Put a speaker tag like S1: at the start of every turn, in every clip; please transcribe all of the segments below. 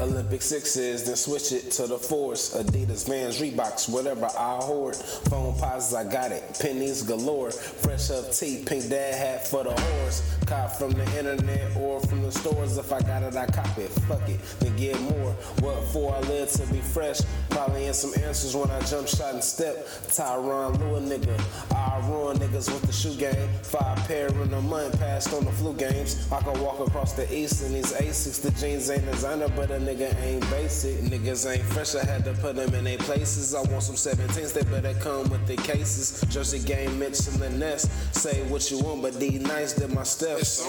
S1: Olympic sixes, then switch it to the force. Adidas, Vans, Reeboks, whatever I hoard. Phone posits, I got it. Pennies galore. Fresh up tea, pink dad hat for the horse. Cop from the internet or from the stores. If I got it, I cop it. Fuck it, then get more. What for? I live to be fresh. Probably in some answers when I jump shot and step. Tyron Lua nigga. I ruin niggas with the shoe game. Five pair in a month passed on the flu games. I can walk across the east in these Asics. The jeans ain't designer, but a nigga ain't basic. Niggas ain't fresh, I had to put them in their places. I want some 17s, they better come with the cases. Jersey game, Mitch in the nest. Say what you want, but these nights did my steps.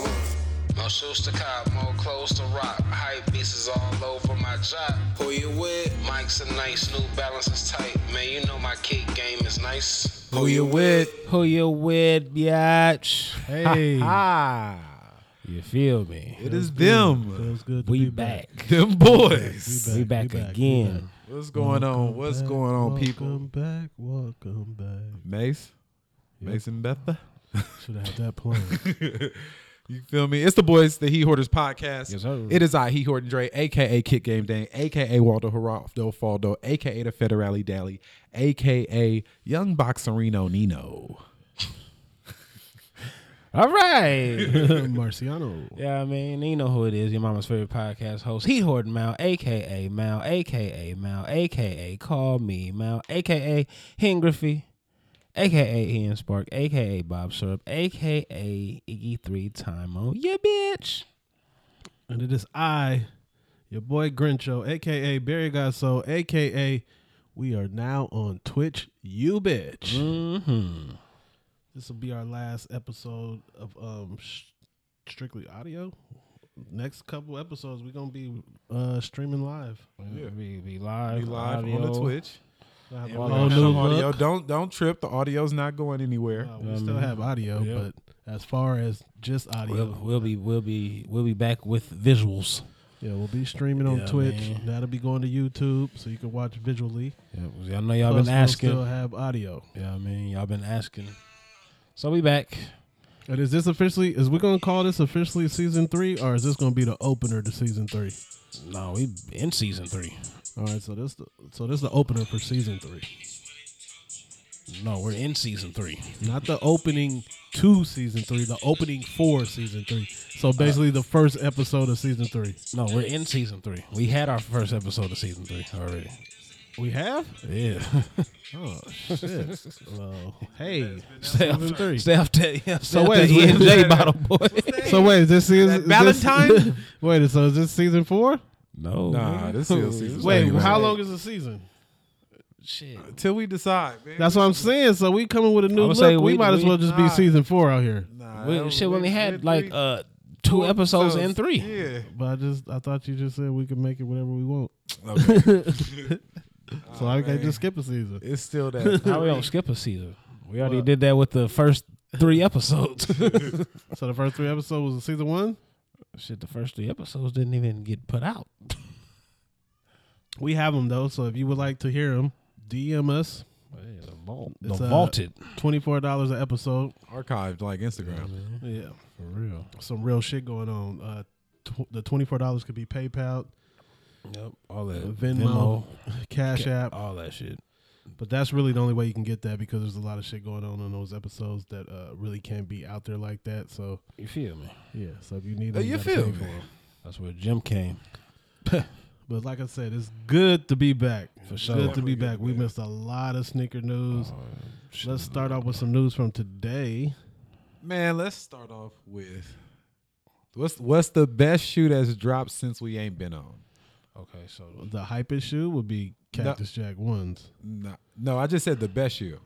S2: More shoes to cop, more clothes to rock. Hype pieces all over my job.
S1: Who you with?
S2: Mike's a nice, new balance is tight. Man, you know my kick game is nice.
S1: Who you with?
S3: Who you with, biatch?
S4: Hey.
S3: You feel me?
S4: It is them.
S5: Feels good to
S3: We
S5: be
S3: back.
S4: Them boys.
S3: We back
S5: we back, we
S3: again.
S4: What's going on? What's
S5: back,
S4: going on,
S5: welcome
S4: people?
S5: back, welcome back.
S4: Mace. Mason Betha.
S5: Should have had that plan.
S4: You feel me? It's the boys, the He Hoarders podcast.
S3: Yes, sir.
S4: It is I, He Hoard and Dre, aka Kick Game Dang, aka Waldo Geraldo Faldo, aka the Federale Dally, aka Young Boxerino Nino.
S3: All right.
S5: Marciano.
S3: yeah, I mean, you know who it is. Your mama's favorite podcast host, He Horton Mal, aka Mal, aka Mal, aka Call Me Mal, aka Hen Griffey, aka Ian Spark, aka Bob Syrup, aka Iggy Three Time Oh Yeah, bitch.
S5: And it is I, your boy Grincho, aka Barry Gasso, aka we are now on Twitch, you bitch.
S3: Mm-hmm.
S5: This will be our last episode of um sh- strictly audio. Next couple episodes, we're gonna be uh streaming live.
S4: Yeah.
S3: We be live,
S4: We live on the
S3: audio.
S4: Twitch.
S5: We'll have
S4: And
S5: all
S4: we
S5: that
S4: got some
S5: shit.
S4: audio. Don't don't trip. The audio's not going anywhere.
S5: Uh, we still have audio,
S3: Yeah.
S5: but as far as just audio,
S3: We'll, we'll be we'll be we'll be back with visuals.
S5: Yeah, we'll be streaming on
S3: Yeah,
S5: Twitch.
S3: man.
S5: That'll be going to YouTube, so you can watch visually.
S3: Yeah, I know y'all
S5: Plus,
S3: been
S5: we'll
S3: asking.
S5: still have audio.
S3: Yeah, I mean, y'all been asking. So we back.
S5: And is this officially? Is we gonna call this officially season three, or is this gonna be the opener to season three?
S3: No, we in season three.
S5: All right, so this the, so this the opener for season three,
S3: No, we're in season three.
S5: not the opening to season three, the opening for season three. So basically, the first episode of season three.
S3: No, we're in season three. We had our first episode of season three already.
S5: We have.
S3: Yeah.
S5: Oh shit! well, hey.
S3: stay off,
S5: Season three.
S3: stay off that. Yeah, stay
S5: So
S3: off
S5: wait,
S3: that
S5: wait,
S3: ENJ
S5: wait.
S3: bottle boy.
S5: So wait, is this season is this-
S4: Valentine?
S5: wait, so is this season four?
S3: No.
S4: Nah, this is season.
S5: Wait,
S4: three,
S5: how
S4: man.
S5: long is the season?
S3: Shit.
S4: Till we decide, man.
S5: That's what I'm saying. So we coming with a new
S3: I'ma
S5: look.
S3: say
S5: We,
S3: we-
S5: might as
S3: we-
S5: well just be
S4: nah.
S5: season four out here.
S4: Nah,
S3: We,
S4: that-
S3: shit, we only had
S4: three-
S3: like uh two
S4: four
S3: episodes in three.
S4: Yeah.
S5: But I just I thought you just said we could make it whatever we want.
S4: Okay.
S5: So I can
S4: man.
S5: just skip a season.
S4: It's still that.
S3: How we don't skip a season? We already
S5: Well-
S3: did that with the first three episodes.
S5: So the first three episodes was season one.
S3: shit, the first three episodes didn't even get put out.
S5: We have them though. So if you would like to hear them, DM us.
S3: the vault, the
S5: It's, uh,
S3: vaulted.
S5: Twenty four dollars an episode.
S4: Archived like Instagram.
S5: Yeah,
S3: For real.
S5: some real shit going on. Uh, tw- the twenty four dollars could be PayPal,
S3: Yep. All that
S5: Venmo, Cash App.
S3: all that shit.
S5: But that's really the only way you can get that because there's a lot of shit going on on those episodes that uh, really can't be out there like that. So
S3: You feel me?
S5: yeah, so if you need,
S4: Uh,
S5: them, you
S4: you
S5: gotta
S4: feel
S5: pay
S4: me?
S5: for 'em.
S3: That's where Jim came.
S5: But like I said, it's good to be back.
S3: For sure.
S5: Good to be
S4: Definitely good
S5: back.
S4: to
S5: We
S4: be back. Oh,
S5: missed a lot of sneaker news. Let's start off with some news from today.
S4: Man, let's start off with what's what's the best shoe that's dropped since we ain't been on?
S3: Okay, so
S5: The hypest shoe would be Cactus Jack ones.
S4: No, no, I just said the best shoe.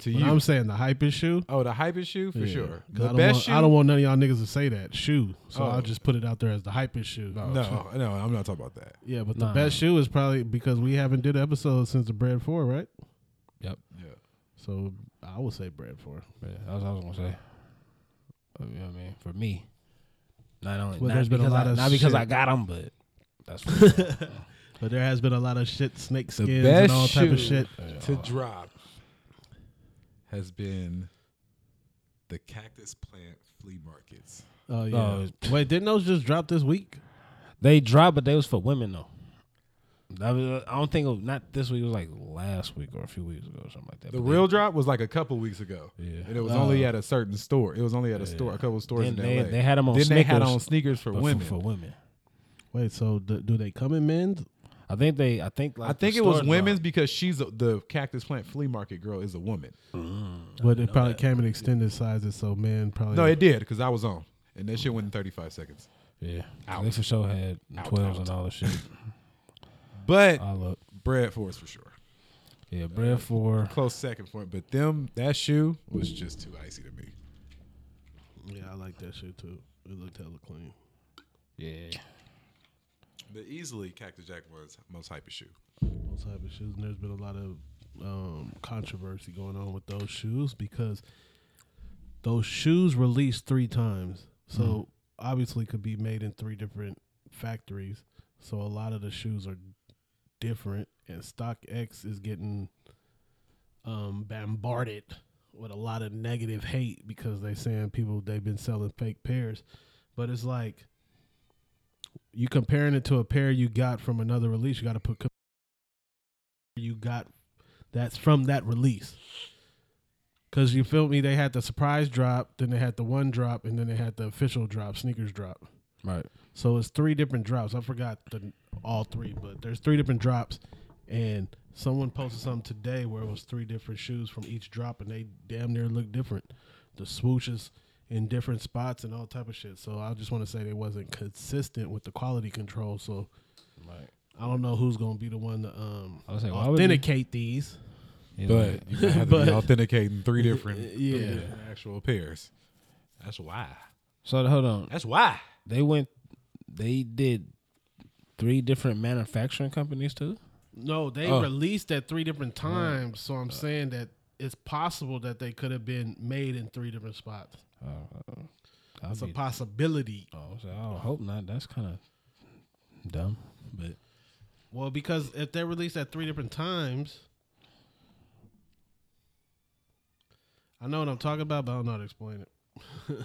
S4: To
S5: But
S4: you.
S5: I'm saying the hypest shoe.
S4: oh, the hypest shoe for
S5: Yeah.
S4: sure.
S5: 'Cause I
S4: The
S5: don't
S4: best
S5: want,
S4: shoe.
S5: I don't want none of y'all niggas to say that shoe. So
S4: Oh.
S5: I'll just put it out there as the hypest shoe.
S4: no, no, I'm not talking about that.
S5: Yeah, but
S3: Nah.
S5: the best shoe is probably because we haven't did an episode since the Bread Four, right?
S3: yep.
S4: Yeah.
S5: So I would say bread for.
S3: Yeah, that's what I was gonna say. But, you know what I mean, for me, not only
S5: Well,
S3: not
S5: there's been a
S3: because
S5: lot
S3: I,
S5: of
S3: not because
S5: shit.
S3: I got them, but that's for
S5: But there has been a lot of shit, snake
S4: The
S5: skins
S4: best
S5: and all type of
S4: shoe
S5: shit.
S4: to drop has been the cactus plant flea markets.
S5: Oh yeah.
S3: Oh.
S5: Wait, didn't those just drop this week?
S3: They dropped, but they was for women though. That was- I don't think it was, not this week. It was like last week or a few weeks ago or something like that.
S4: The
S3: But they-
S4: real drop was like a couple weeks ago, yeah. and it was only at a certain store. It was only at a store, a couple stores
S3: Uh, Then
S4: in
S3: they-
S4: LA.
S3: they had 'em on
S4: Then they had
S3: sneakers,
S4: on sneakers for
S3: but for-
S4: women.
S3: for women.
S5: Wait, so d- do they come in men's?
S3: I think they. I think. Like
S4: I
S3: the
S4: think it was
S3: store
S4: women's because she's a, the cactus plant flea market girl is a woman.
S5: But it probably came in extended sizes, so man
S3: Oh,
S5: probably.
S4: No, it did because I was on, and that shit went in thirty five seconds.
S3: dropped. Yeah, they for sure had twelves and all the shit.
S4: But
S3: All up.
S4: bread for us for sure.
S3: Yeah, bread for
S4: Close second for it, but them that shoe was just too icy to me.
S5: yeah, I like that shit too. It looked hella clean.
S4: The easily Cactus Jack was most hype shoe.
S5: All type of shoes, and there's been a lot of um, controversy going on with those shoes because those shoes released three times, so obviously could be made in three different factories. So a lot of the shoes are different, and Stock X is getting um, bombarded with a lot of negative hate because they saying people they've been selling fake pairs, but it's like. You comparing it to a pair you got from another release, you got to put you got that's from that release. Cause you feel me, they had the surprise drop, then they had the one drop, and then they had the official drop, sneakers drop.
S3: right.
S5: So it's three different drops. I forgot the all three, but there's three different drops, and someone posted something today where it was three different shoes from each drop, and they damn near look different. The swooshes in different spots and all type of shit. So I just want to say they wasn't consistent with the quality control. So I don't know who's gonna be the one to um,
S3: I was like, why would you-
S5: authenticate these.
S3: Yeah,
S4: But
S3: like-
S4: you might have to
S5: But-
S4: be authenticating three different,
S5: Yeah.
S4: three different actual pairs. That's why.
S3: so hold on.
S4: That's why.
S3: They went. They did three different manufacturing companies too.
S5: No, they
S3: Oh.
S5: released at three different times. So
S3: Uh.
S5: I'm saying that it's possible that they could have been made in three different spots.
S3: Oh, uh, I'll
S5: It's a
S3: be,
S5: possibility.
S3: oh, so I hope not. That's kind of dumb. But
S5: Well, because if they released at three different times, I know what I'm talking about, but I don't know how to explain it.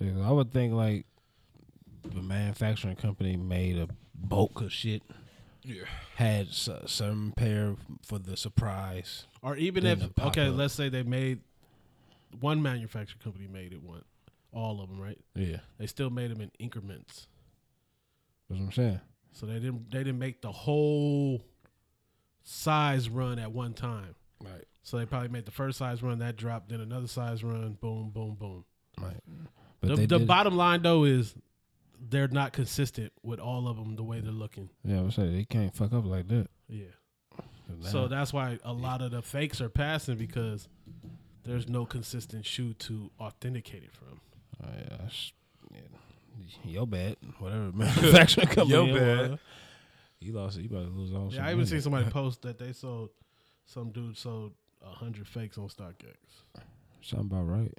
S3: Yeah, I would think like the manufacturing company made a bulk of shit.
S4: Yeah.
S3: Had s- some pair for the surprise.
S5: Or even
S3: Then
S5: if
S3: the
S5: okay,
S3: pop-up.
S5: let's say they made one manufacturing company made it one, all of them, right?
S3: Yeah,
S5: They still made them in increments,
S3: that's what I'm saying.
S5: so they didn't they didn't make the whole size run at one time.
S3: Right,
S5: So they probably made the first size run, that dropped, then another size run, boom, boom, boom.
S3: right. But
S5: The,
S3: they
S5: the
S3: did-
S5: bottom line though is they're not consistent with all of them the way they're looking.
S3: Yeah, I would say they can't fuck up like that.
S5: Yeah.
S3: 'Cause
S5: So
S3: now-
S5: that's why a lot of the fakes are passing because there's no consistent shoe to authenticate it from.
S3: Oh, yeah, that's- yeah. Your bad. Whatever manufacturing company.
S4: Your
S3: it
S4: bad.
S3: was. You lost. You about to lose all.
S5: Yeah, I even seen somebody post that they sold some dude sold a hundred fakes on StockX.
S3: Something about right.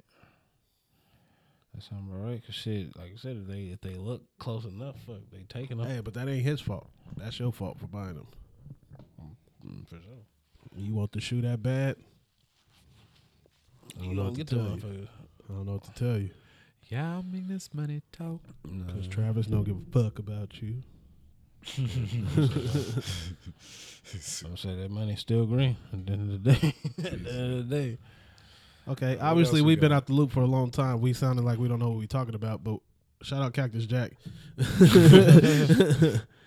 S3: That's something about right. Cause shit, like I said, if they if they look close enough, fuck, they taking up
S5: Hey, but that ain't his fault. That's your fault for buying them.
S3: Mm, for sure.
S5: You want the shoe that bad?
S3: You don't get to
S5: tell you.
S3: motherfuckers.
S5: I don't know what to tell you.
S4: Yeah, I make this money talk.
S5: Because Travis don't give a fuck about you.
S3: I'm saying that money's still green at the end of the day. at the end of the day.
S5: Okay, obviously
S4: else we
S5: we've been
S4: got?
S5: out the loop for a long time. We sounded like we don't know what we're talking about, but shout out Cactus Jack.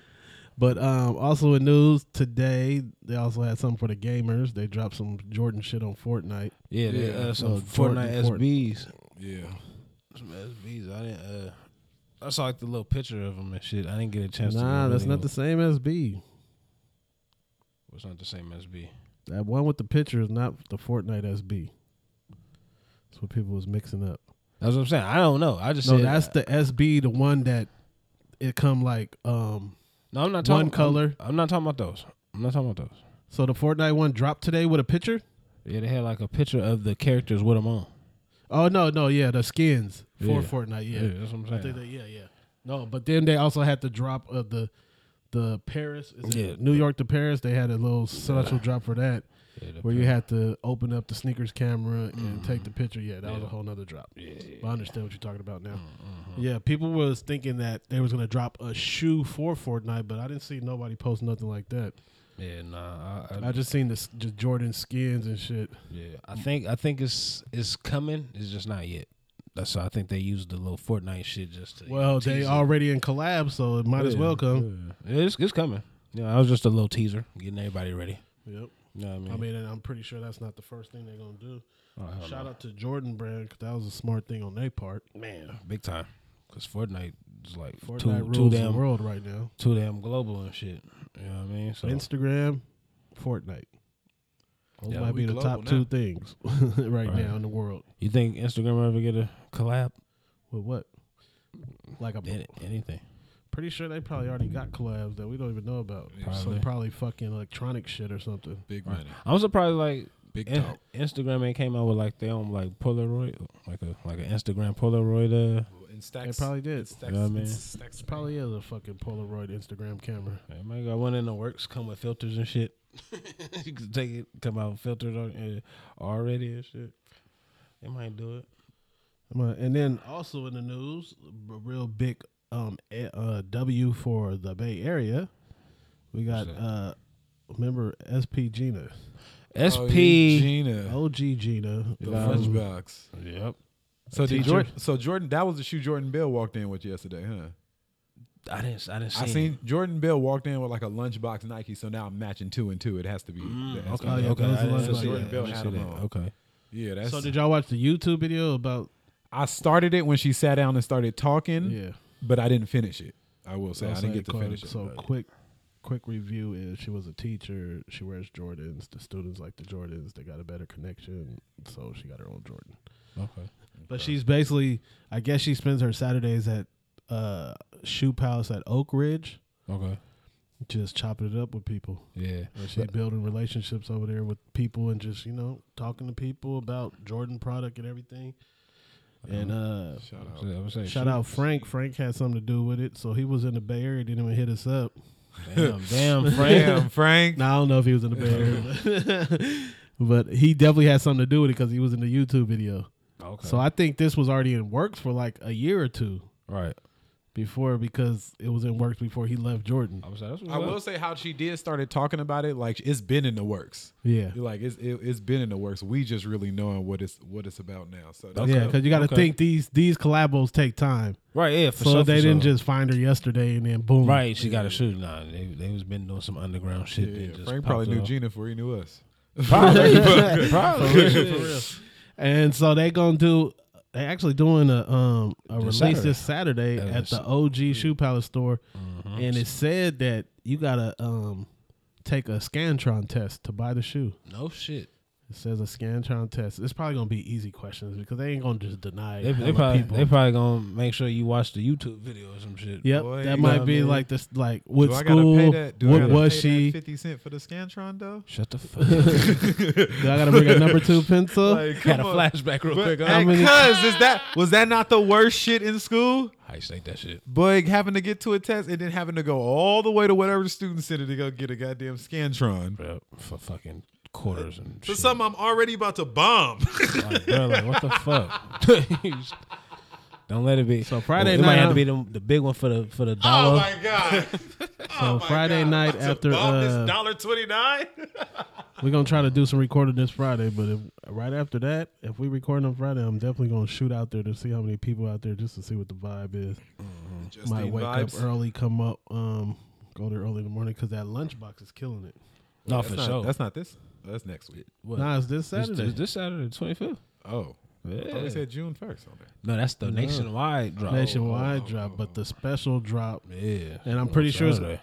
S5: but um, also in news today, they also had something for the gamers. They dropped some Jordan shit on Fortnite.
S3: Yeah, they, uh, some
S5: Oh, Jordan
S3: Fortnite
S5: Fort-
S3: SBs.
S4: Yeah.
S3: Some SBs. I didn't uh I saw like the little picture of them and shit. I didn't get a chance to
S5: Nah, that's not the
S3: the
S5: same as B.
S3: it's not the same SB.
S5: That one with the picture is not the Fortnite SB. That's what people was mixing up.
S3: That's what I'm saying. I don't know. I just
S5: No,
S3: said,
S5: that's the SB, the one that it come like um
S3: no. I'm not
S5: one
S3: talking I'm-
S5: color.
S3: I'm, not talking about those. I'm not talking about those.
S5: So the Fortnite one dropped today with a picture?
S3: Yeah, they had like a picture of the characters with them on.
S5: Oh no, no, yeah, the skins for
S3: Yeah.
S5: Fortnite, yeah.
S3: Yeah, that's what I'm
S5: I think
S3: saying.
S5: they- yeah, yeah. No, but then they also had the drop of the the Paris, is it
S3: Yeah.
S5: New York to Paris, they had a little special drop for that, where you had to open up the sneakers camera
S3: Mm-hmm.
S5: and take the picture. Yeah, that was a whole nother drop. but I understand what you're talking about now.
S3: Mm-hmm.
S5: Yeah, people was thinking that they was gonna drop a shoe for Fortnite, but I didn't see nobody post nothing like that.
S3: Yeah, nah. I, I,
S5: I just seen the s- just Jordan skins and shit.
S3: yeah, I think I think it's it's coming. It's just not yet. That's why I think they used the little Fortnite shit just to.
S5: Well, they
S3: tease it.
S5: already in collab, so it might as well come.
S3: Yeah, It's it's coming. Yeah, I was just a little teaser, getting everybody ready.
S5: Yep.
S3: You know what I mean?
S5: I mean, and I'm pretty sure that's not the first thing they're gonna do. Shout out to Jordan Brand 'cause that was a smart thing on their part. Man,
S3: big time. Cause Fortnite is like
S5: Fortnite
S3: too, too
S5: rules the
S3: damn
S5: world right now.
S3: too damn global and shit. You know what I mean? So
S5: Instagram, Fortnite. Those
S6: Yeah,
S5: might
S6: we
S5: be the
S6: global
S5: top
S6: now.
S5: two things right, now in the world.
S3: you think Instagram will ever get a collab?
S5: With what? Like I'm
S3: Any- Anything?
S5: pretty sure they probably already got collabs that we don't even know about.
S3: Probably.
S5: Some probably fucking electronic shit or something.
S6: Big money.
S3: I'm surprised like
S6: Big
S3: in-
S6: talk.
S3: Instagram ain't came out with like their own like Polaroid, like a like an Instagram Polaroid. Uh,
S6: And
S5: They
S6: stacks.
S5: probably did.
S6: stacks,
S3: Yeah, man.
S6: stacks
S5: Probably is a fucking Polaroid Instagram camera.
S3: I might got one in the works, come with filters and shit. you can take it, come out filtered on, uh, already and shit. They might do it.
S5: Come on, And then also in the news, a real big um a- uh, W for the Bay Area. We got uh remember SP Gina,
S3: SP.
S4: Oh,
S6: Gina.
S5: OG Gina.
S4: The
S5: um,
S4: French box.
S3: Yep.
S4: So did
S5: teacher.
S4: Jordan, so Jordan, that was the shoe Jordan Bell walked in with yesterday, huh?
S3: I didn't. I didn't see.
S4: I seen Jordan Bell walked in with like a lunchbox Nike, so now I'm matching two and two. It has to be. it has to
S3: Okay.
S4: be-
S3: okay.
S5: those are
S3: I didn't
S5: the ones
S3: see
S5: Jordan
S3: that.
S4: Bell
S3: I didn't
S4: had
S3: see
S4: them
S3: that.
S4: on.
S3: Okay.
S4: Yeah, that's.
S5: so did y'all watch the YouTube video about?
S4: I started it when she sat down and started talking,
S5: Yeah,
S4: but I didn't finish it. I will say I
S5: I'll say
S4: didn't get to
S5: quick-
S4: finish it.
S5: So
S4: but-
S5: quick, quick review is she was a teacher. She wears Jordans. The students like the Jordans. They got a better connection, so she got her own Jordan.
S3: Okay.
S5: But she's basically, I guess she spends her Saturdays at uh, Shoe Palace at Oak Ridge,
S3: Okay.
S5: just chopping it up with people.
S3: Yeah.
S5: And she's building relationships over there with people and just, you know, talking to people about Jordan product and everything. And uh,
S4: Shout out.
S3: I was saying,
S5: shout out Frank. Frank had something to do with it. So he was in the Bay Area, didn't even hit us up.
S3: Damn, damn, Frank.
S4: Damn, Frank.
S5: Now, I don't know if he was in the Bay Area, but, but he definitely had something to do with it because he was in the YouTube video.
S3: Okay.
S5: So I think this was already in works for like a year or two.
S3: right.
S5: before because it was in works before he left Jordan.
S3: I was like, that's what's
S4: I will
S3: up.
S4: say how she did started talking about it. Like it's been in the works.
S5: Yeah.
S4: Like it's it, it's been in the works. We just really knowing what it's what it's about now. So that's
S5: Yeah, because you got to
S3: Okay.
S5: think these these collabos take time,
S3: Right. Yeah. For
S5: so
S3: sure,
S5: they
S3: for
S5: didn't
S3: sure.
S5: just find her yesterday and then boom.
S3: Right. She got a shoe. Nah. They they was been doing some underground shit.
S4: Yeah,
S3: that just
S4: Frank probably
S3: popped
S4: knew
S3: up.
S4: Gina before he knew us.
S3: Probably. probably.
S5: And so they gonna do. They actually doing a um a release this Saturday
S3: That
S5: at
S3: is-
S5: the OG Shoe Palace store,
S4: Uh-huh.
S5: and it said that you gotta um take a Scantron test to buy the shoe.
S3: no shit.
S5: It says a Scantron test. It's probably gonna be easy questions because they ain't gonna just deny.
S3: They, they
S5: hella
S3: probably
S5: people.
S3: they probably gonna make sure you watch the YouTube video or some shit.
S5: Yep,
S4: Boy,
S5: that
S4: you
S5: might
S4: know what I
S5: be
S4: mean?
S5: like this, like what
S4: do I
S5: school,
S4: gotta pay that? Do I
S5: what
S4: gotta
S5: was
S4: pay
S5: she?
S4: That Fifty cent for the Scantron though.
S3: Shut the fuck. up.
S5: Do I gotta bring a number two pencil?
S3: Had a flashback real quick.
S4: Hey,
S3: Huh?
S5: many-
S4: cuz is that was that not the worst shit in school?
S3: I used to think that shit.
S4: Boy, having to get to a test and then having to go all the way to whatever the student center to go get a goddamn Scantron.
S3: Bro, for fucking quarters and
S4: For
S3: shit.
S4: something I'm already about to bomb.
S3: Like, bro, like, what the fuck? Don't let it be. So
S5: Friday
S3: it might
S5: night,
S3: have
S5: I'm-
S3: to be the, the big one for the for the
S4: oh
S3: dollar.
S4: my god. oh
S5: so Friday night after uh,
S4: dollar twenty nine.
S5: we're gonna try to do some recording this Friday, but if, right after that, if we record on Friday, I'm definitely gonna shoot out there to see how many people out there just to see what the vibe is. might wake up early, come up, um, go there early in the morning because that lunchbox is killing it.
S3: no,
S4: That's
S3: for
S4: not,
S3: sure.
S4: that's not this. That's next week.
S3: what,
S5: Nah, it's this
S3: this,
S5: Saturday.
S3: this, this Saturday, twenty fifth.
S4: Oh, I thought we said June first on there.
S3: No, that's the nationwide drop.
S5: nationwide
S3: Oh.
S5: drop, but the special drop,
S3: Yeah,
S5: and I'm pretty sure it's,
S3: Saturday.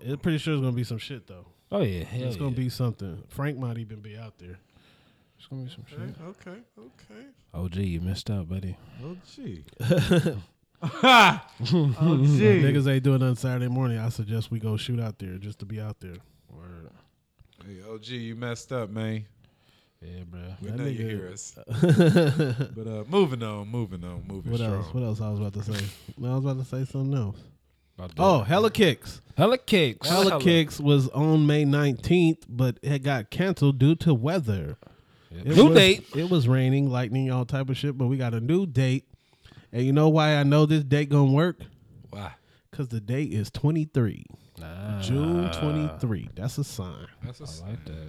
S5: it's pretty sure it's gonna be some shit though.
S3: Oh yeah, hell
S5: It's gonna
S3: yeah.
S5: be something. Frank might even be out there.
S3: It's gonna be some shit.
S4: Okay, okay.
S3: Oh gee, you missed out, buddy.
S4: Oh gee.
S5: Niggas ain't doing nothing Saturday morning. I suggest we go shoot out there just to be out there.
S4: Hey, oh gee, you messed up, man.
S3: Yeah, bro.
S4: We
S5: That
S4: know you
S5: nigga-
S4: hear us. but uh, moving on, moving on, moving
S5: What
S4: strong.
S5: else? What else I was about to say? No, I was about to say something else.
S3: About that.
S5: Oh, Hella Kicks.
S3: hella kicks.
S5: Hella, Kicks was on May 19th, but it got canceled due to weather. It
S3: New
S5: was-
S3: date.
S5: It was raining, lightning, all type of shit, but we got a new date. And you know why I know this date gonna work?
S3: Why? Ah.
S5: Because the date is 23. June 23. That's a sign.
S3: I like that.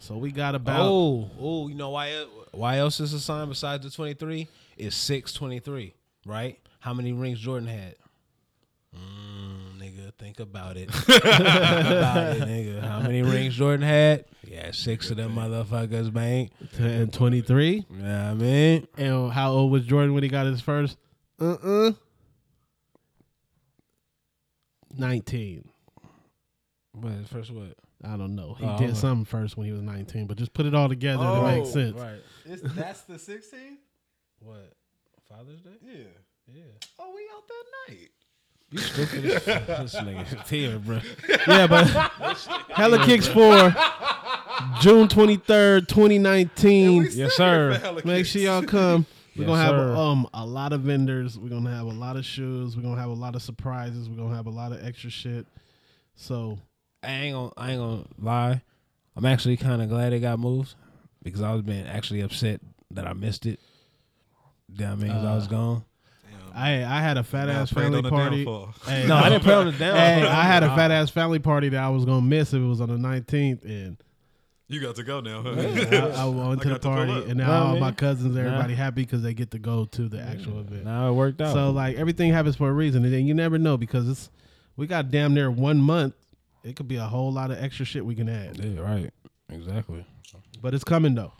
S5: So we got about
S3: Oh, oh, you know why? el- Why else is a sign besides the twenty three? It's six twenty three, right? How many rings Jordan had? Mm, nigga, think about it. think about it, nigga. How many rings Jordan had? Yeah, six of them motherfuckers, man.
S5: and 23.
S3: You know what I mean?
S5: And how old was Jordan when he got his first? Uh uh
S3: Uh-uh.
S5: 19.
S3: But first, what?
S5: I don't know. He
S3: Oh,
S5: did
S3: okay.
S5: something first when he was 19, but just put it all together and it makes sense.
S3: Right.
S7: It's, that's the 16th?
S3: What? Father's Day?
S7: Yeah. Yeah. Oh, we out that night.
S3: You stupid as fuck. This nigga here, bro.
S5: Yeah, but Hella Kicks 4, June 23rd, 2019.
S7: we Yes, still here sir. for Hella
S5: Make sure
S7: Kicks.
S5: y'all come. We're
S3: Yes,
S5: gonna have
S3: sir.
S5: um a lot of vendors. We're gonna have a lot of shoes. We're gonna have a lot of surprises. We're gonna have a lot of extra shit. So
S3: I ain't gonna, I ain't gonna lie. I'm actually kind of glad it got moved because I was being actually upset that I missed it. Damn, I mean,
S5: Uh,
S3: 'cause I was gone.
S5: I I had a fat ass
S4: prayed
S5: family
S4: on the
S5: party.
S4: downfall.
S5: Hey,
S3: No, I didn't put on the down.
S5: Hey, I had a fat ass family party that I was gonna miss if it was on the nineteenth, and
S4: You got to go now. Huh?
S5: I, I went to the
S4: got to pull
S5: party,
S4: up.
S5: and now
S3: Nah,
S5: all
S3: man.
S5: my cousins, everybody happy because they get to go to the actual event.
S3: Now it worked out.
S5: So like everything happens for a reason, and then you never know because it's we got damn near one month. It could be a whole lot of extra shit we can add,
S3: yeah, right, exactly.
S5: but it's coming though.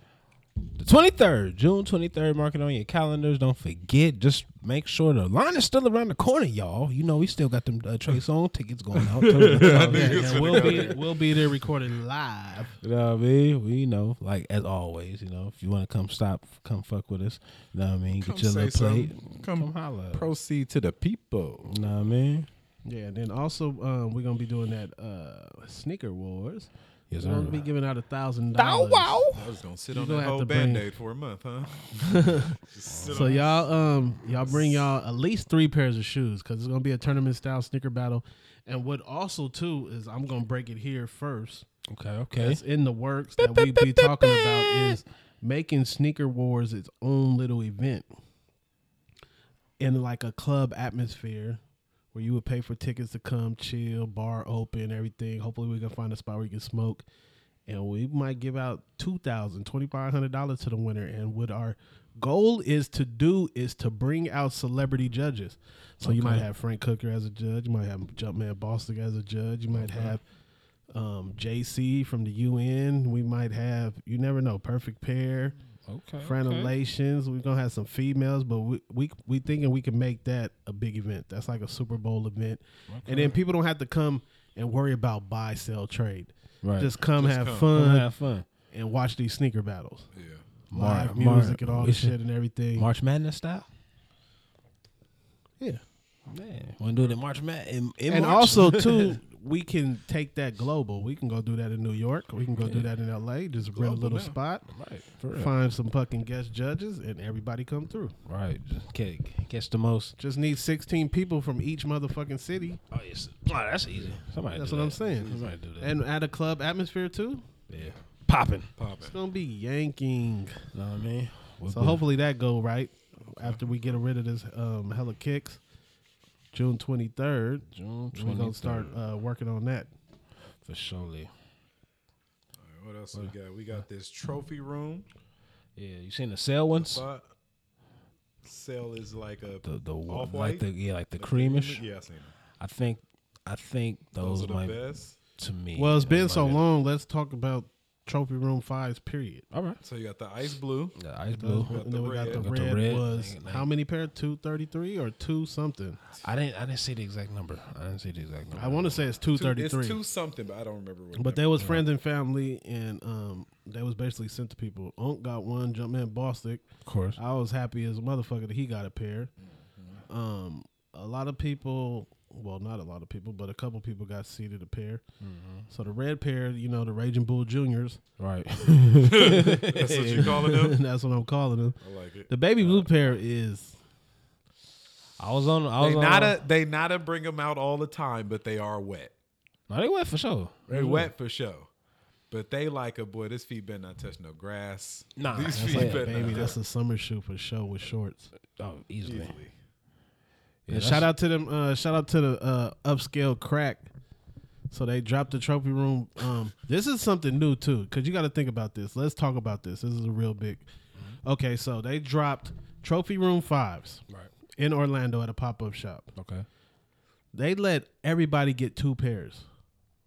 S3: The 23rd, June 23rd, mark it on your calendars. Don't forget. Just make sure the line is still around the corner, y'all. You know we still got them uh, Trey Song tickets going out. too.
S5: And we'll be we'll be there recording live.
S3: You know what I mean? We know, like as always, you know, if you want to come stop, come fuck with us. You know what I mean? Get your
S4: say
S3: little plate.
S4: something.
S3: Come,
S4: Come
S3: holla.
S4: Proceed to the people.
S3: you know what I mean?
S5: Yeah, and then also um, we're gonna be doing that uh, sneaker wars.
S3: Yes,
S5: We're
S3: sir.
S5: gonna be giving out a thousand dollars.
S4: I was gonna sit
S5: You
S4: on
S5: gonna
S4: that
S5: have
S4: whole
S5: to bring-
S4: band aid for a month, huh?
S5: So y'all, um, y'all bring y'all at least three pairs of shoes because it's gonna be a tournament style sneaker battle. And what also too is I'm gonna break it here first.
S3: Okay, okay.
S5: That's in the works that we be talking about is making sneaker wars its own little event in like a club atmosphere where you would pay for tickets to come chill, bar open, everything. Hopefully we can find a spot where you can smoke. And we might give out two thousand, twenty five hundred dollars to the winner. And what our goal is to do is to bring out celebrity judges. So you might have Frank Cooker as a judge, you might have Jumpman Bostic as a judge, you might have um, JC from the UN. We might have you never know. Perfect pair,
S3: Okay.
S5: Franelations. We're gonna have some females, but we we we thinking we can make that a big event. That's like a Super Bowl event, and then people don't have to come and worry about buy, sell, trade.
S3: Right.
S5: Just come have
S3: We're
S5: fun
S3: gonna have fun.
S5: and watch these sneaker battles.
S3: Mar-
S5: Live
S3: Mar-
S5: music and all
S3: we
S5: this
S3: should-
S5: shit and everything.
S3: March Madness style?
S5: yeah.
S3: Man. Want to do it in March Madness? In, in
S5: and
S3: March?
S5: also too we can take that global we can go do that in new york we can go do that in la just rent a little spot find some fucking guest judges and everybody come through
S3: Right. Just ca- Catch the most.
S5: just need 16 people from each motherfucking city
S3: Oh, yes. Oh, that's easy. Somebody
S5: that's
S3: do
S5: what i'm
S3: that.
S5: saying
S3: Somebody do that.
S5: and at a club atmosphere too
S3: yeah. Popping.
S5: it's gonna be yanking
S3: You know what I mean? We'll
S5: so
S3: be-
S5: hopefully that go right after we get rid of this um, hella kicks june 23rd
S3: June
S5: we're gonna start uh, working on that
S3: for surely.
S4: What else we got? We got this trophy room.
S3: Yeah, you seen the sale ones?
S4: But sale is like a
S3: The the one like
S4: Off-white?
S3: the yeah like the creamish.
S4: Yeah, I seen it.
S3: I think I think those,
S4: Those are the
S3: might
S4: best.
S3: to me.
S5: well it's
S3: those
S5: been
S3: might
S5: so
S3: be-
S5: long let's talk about trophy room fives period
S3: All right,
S4: So you got the ice blue.
S3: the ice
S5: Those-
S3: blue.
S5: and then we got the
S3: Got
S5: red,
S3: the red.
S5: was
S3: Dang it,
S5: how many pair? Two thirty three or two something?
S3: I didn't I didn't see the exact number. I didn't see the exact number.
S5: I want to say it's two
S4: Two-
S5: thirty
S4: It's two
S5: three.
S4: something, but I don't remember what.
S5: But they was friends and family, and um, they was basically sent to people. Unc got one. Jumpman Bostic.
S3: of course.
S5: I was happy as a motherfucker that he got a pair. Um, a lot of people, well, not a lot of people, but a couple people got seated a pair. So the red pair, you know, the Raging Bull Juniors.
S3: Right.
S4: That's what you calling them.
S5: That's what I'm calling them.
S4: I like it.
S5: The baby blue pair is
S3: I was on. I was
S4: They
S3: on.
S4: not a they not a bring them out all the time, but they are wet.
S3: no, they went for sure.
S4: They wet for sure. But they like a boy. This feet better not touch no grass.
S3: Nah,
S4: These
S3: that's
S4: feet
S3: like-
S4: better
S5: Baby,
S4: not
S5: that's a summer shoe for show with shorts.
S3: Oh, easily.
S4: easily.
S3: Yeah,
S5: And
S3: that's-
S5: shout out to them. Uh, shout out to the uh, upscale crack. So they dropped the trophy room. Um, this is something new too, because you got to think about this. Let's talk about this. This is a real big.
S3: Mm-hmm.
S5: Okay, so they dropped trophy room fives
S3: Right.
S5: in Orlando at a pop up shop.
S3: Okay.
S5: They let everybody get two pairs.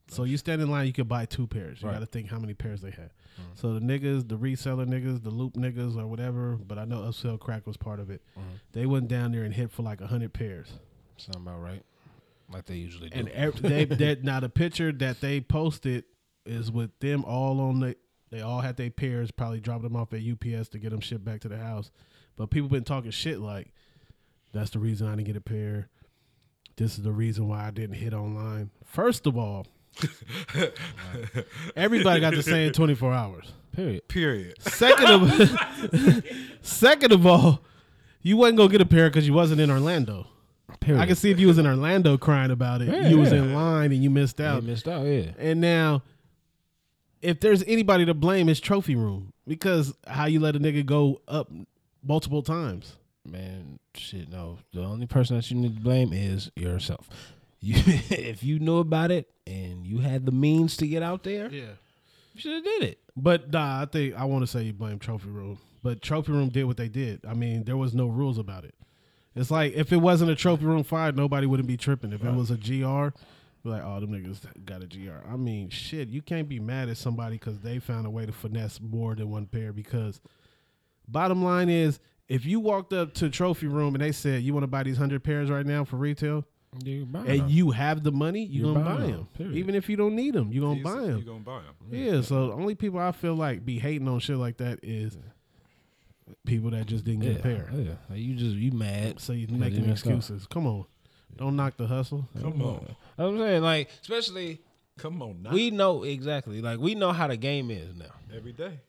S5: So you stand in line, you could buy two pairs. You
S3: Right. Mm-hmm.
S5: got to think how many pairs they had. So the niggas, the reseller niggas, the loop niggas, or whatever. But I know upsell crack was part of it.
S3: Mm-hmm.
S5: They went down there and hit for like hundred pairs.
S3: Sound about right. Like they usually do.
S5: And ev- they, they now the picture that they posted is with them all on the. They all had their pairs, probably dropping them off at UPS to get them shipped back to the house. But people been talking shit like, "That's the reason I didn't get a pair. This is the reason why I didn't hit online." First of all, everybody got the same twenty four hours.
S3: Period.
S4: Period.
S5: Second of second of all, you wasn't gonna get a pair because you wasn't in Orlando.
S3: Period.
S5: I can see if you was in Orlando crying about it.
S3: Yeah,
S5: you was
S3: yeah.
S5: in line and you missed
S3: They
S5: out.
S3: missed out. Yeah.
S5: And now, if there's anybody to blame, it's trophy room because how you let a nigga go up multiple times.
S3: Man, shit. No, the only person that you need to blame is yourself. You, if you knew about it and you had the means to get out there,
S5: Yeah,
S3: you should have did it.
S5: but nah, I think I want to say you blame trophy room, but trophy room did what they did. I mean, there was no rules about it. It's like if it wasn't a trophy room fire, nobody wouldn't be tripping. If it was a gr. be Like, oh, them niggas got a GR. I mean, shit, you can't be mad at somebody because they found a way to finesse more than one pair. Because bottom line is, if you walked up to trophy room and they said you want to buy these hundred pairs right now for retail,
S3: You
S5: and you have the money, you're,
S3: You're
S5: gonna
S3: buying
S5: buy
S3: them,
S5: them.
S3: period.
S5: Even if you don't need them, you're gonna buy
S4: You
S5: them.
S4: gonna buy 'em.
S5: Yeah, so the only people I feel like be hating on shit like that is people that just didn't get a pair.
S3: yeah. Like, You just you mad.
S5: So you're
S3: Yeah,
S5: making
S3: they messed up.
S5: excuses. Come on. Don't knock the hustle.
S4: Come on.
S3: That's what I'm saying like especially
S4: Come on now.
S3: we know exactly like we know how the game is now.
S4: Every day.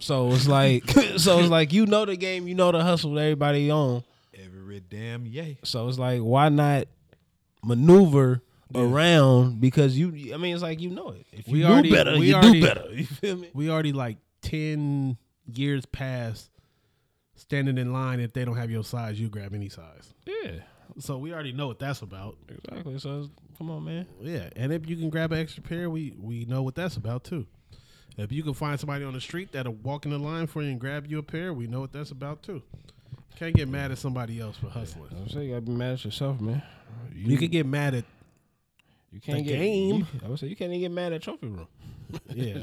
S3: So it's like so it's like you know the game, you know the hustle that everybody on.
S4: Every damn yay.
S3: So it's like why not maneuver around because you I mean it's like you know it. If you
S5: We
S3: do
S5: already-
S3: better,
S5: we
S3: you
S5: already-
S3: do better. You feel me?
S5: We already like ten years past standing in line. If they don't have your size, you grab any size.
S3: Yeah.
S5: So we already know what that's about.
S3: Exactly. So it's, come on, man.
S5: Yeah, and if you can grab an extra pair, we we know what that's about too. If you can find somebody on the street that'll walk in the line for you and grab you a pair, we know what that's about too. Can't get mad at somebody else for hustling.
S3: I'm saying you gotta be mad at yourself, man.
S5: You, can get mad at
S3: You can't
S5: The
S3: get
S5: game.
S3: you- I would say you can't even get mad at trophy room.
S5: yeah.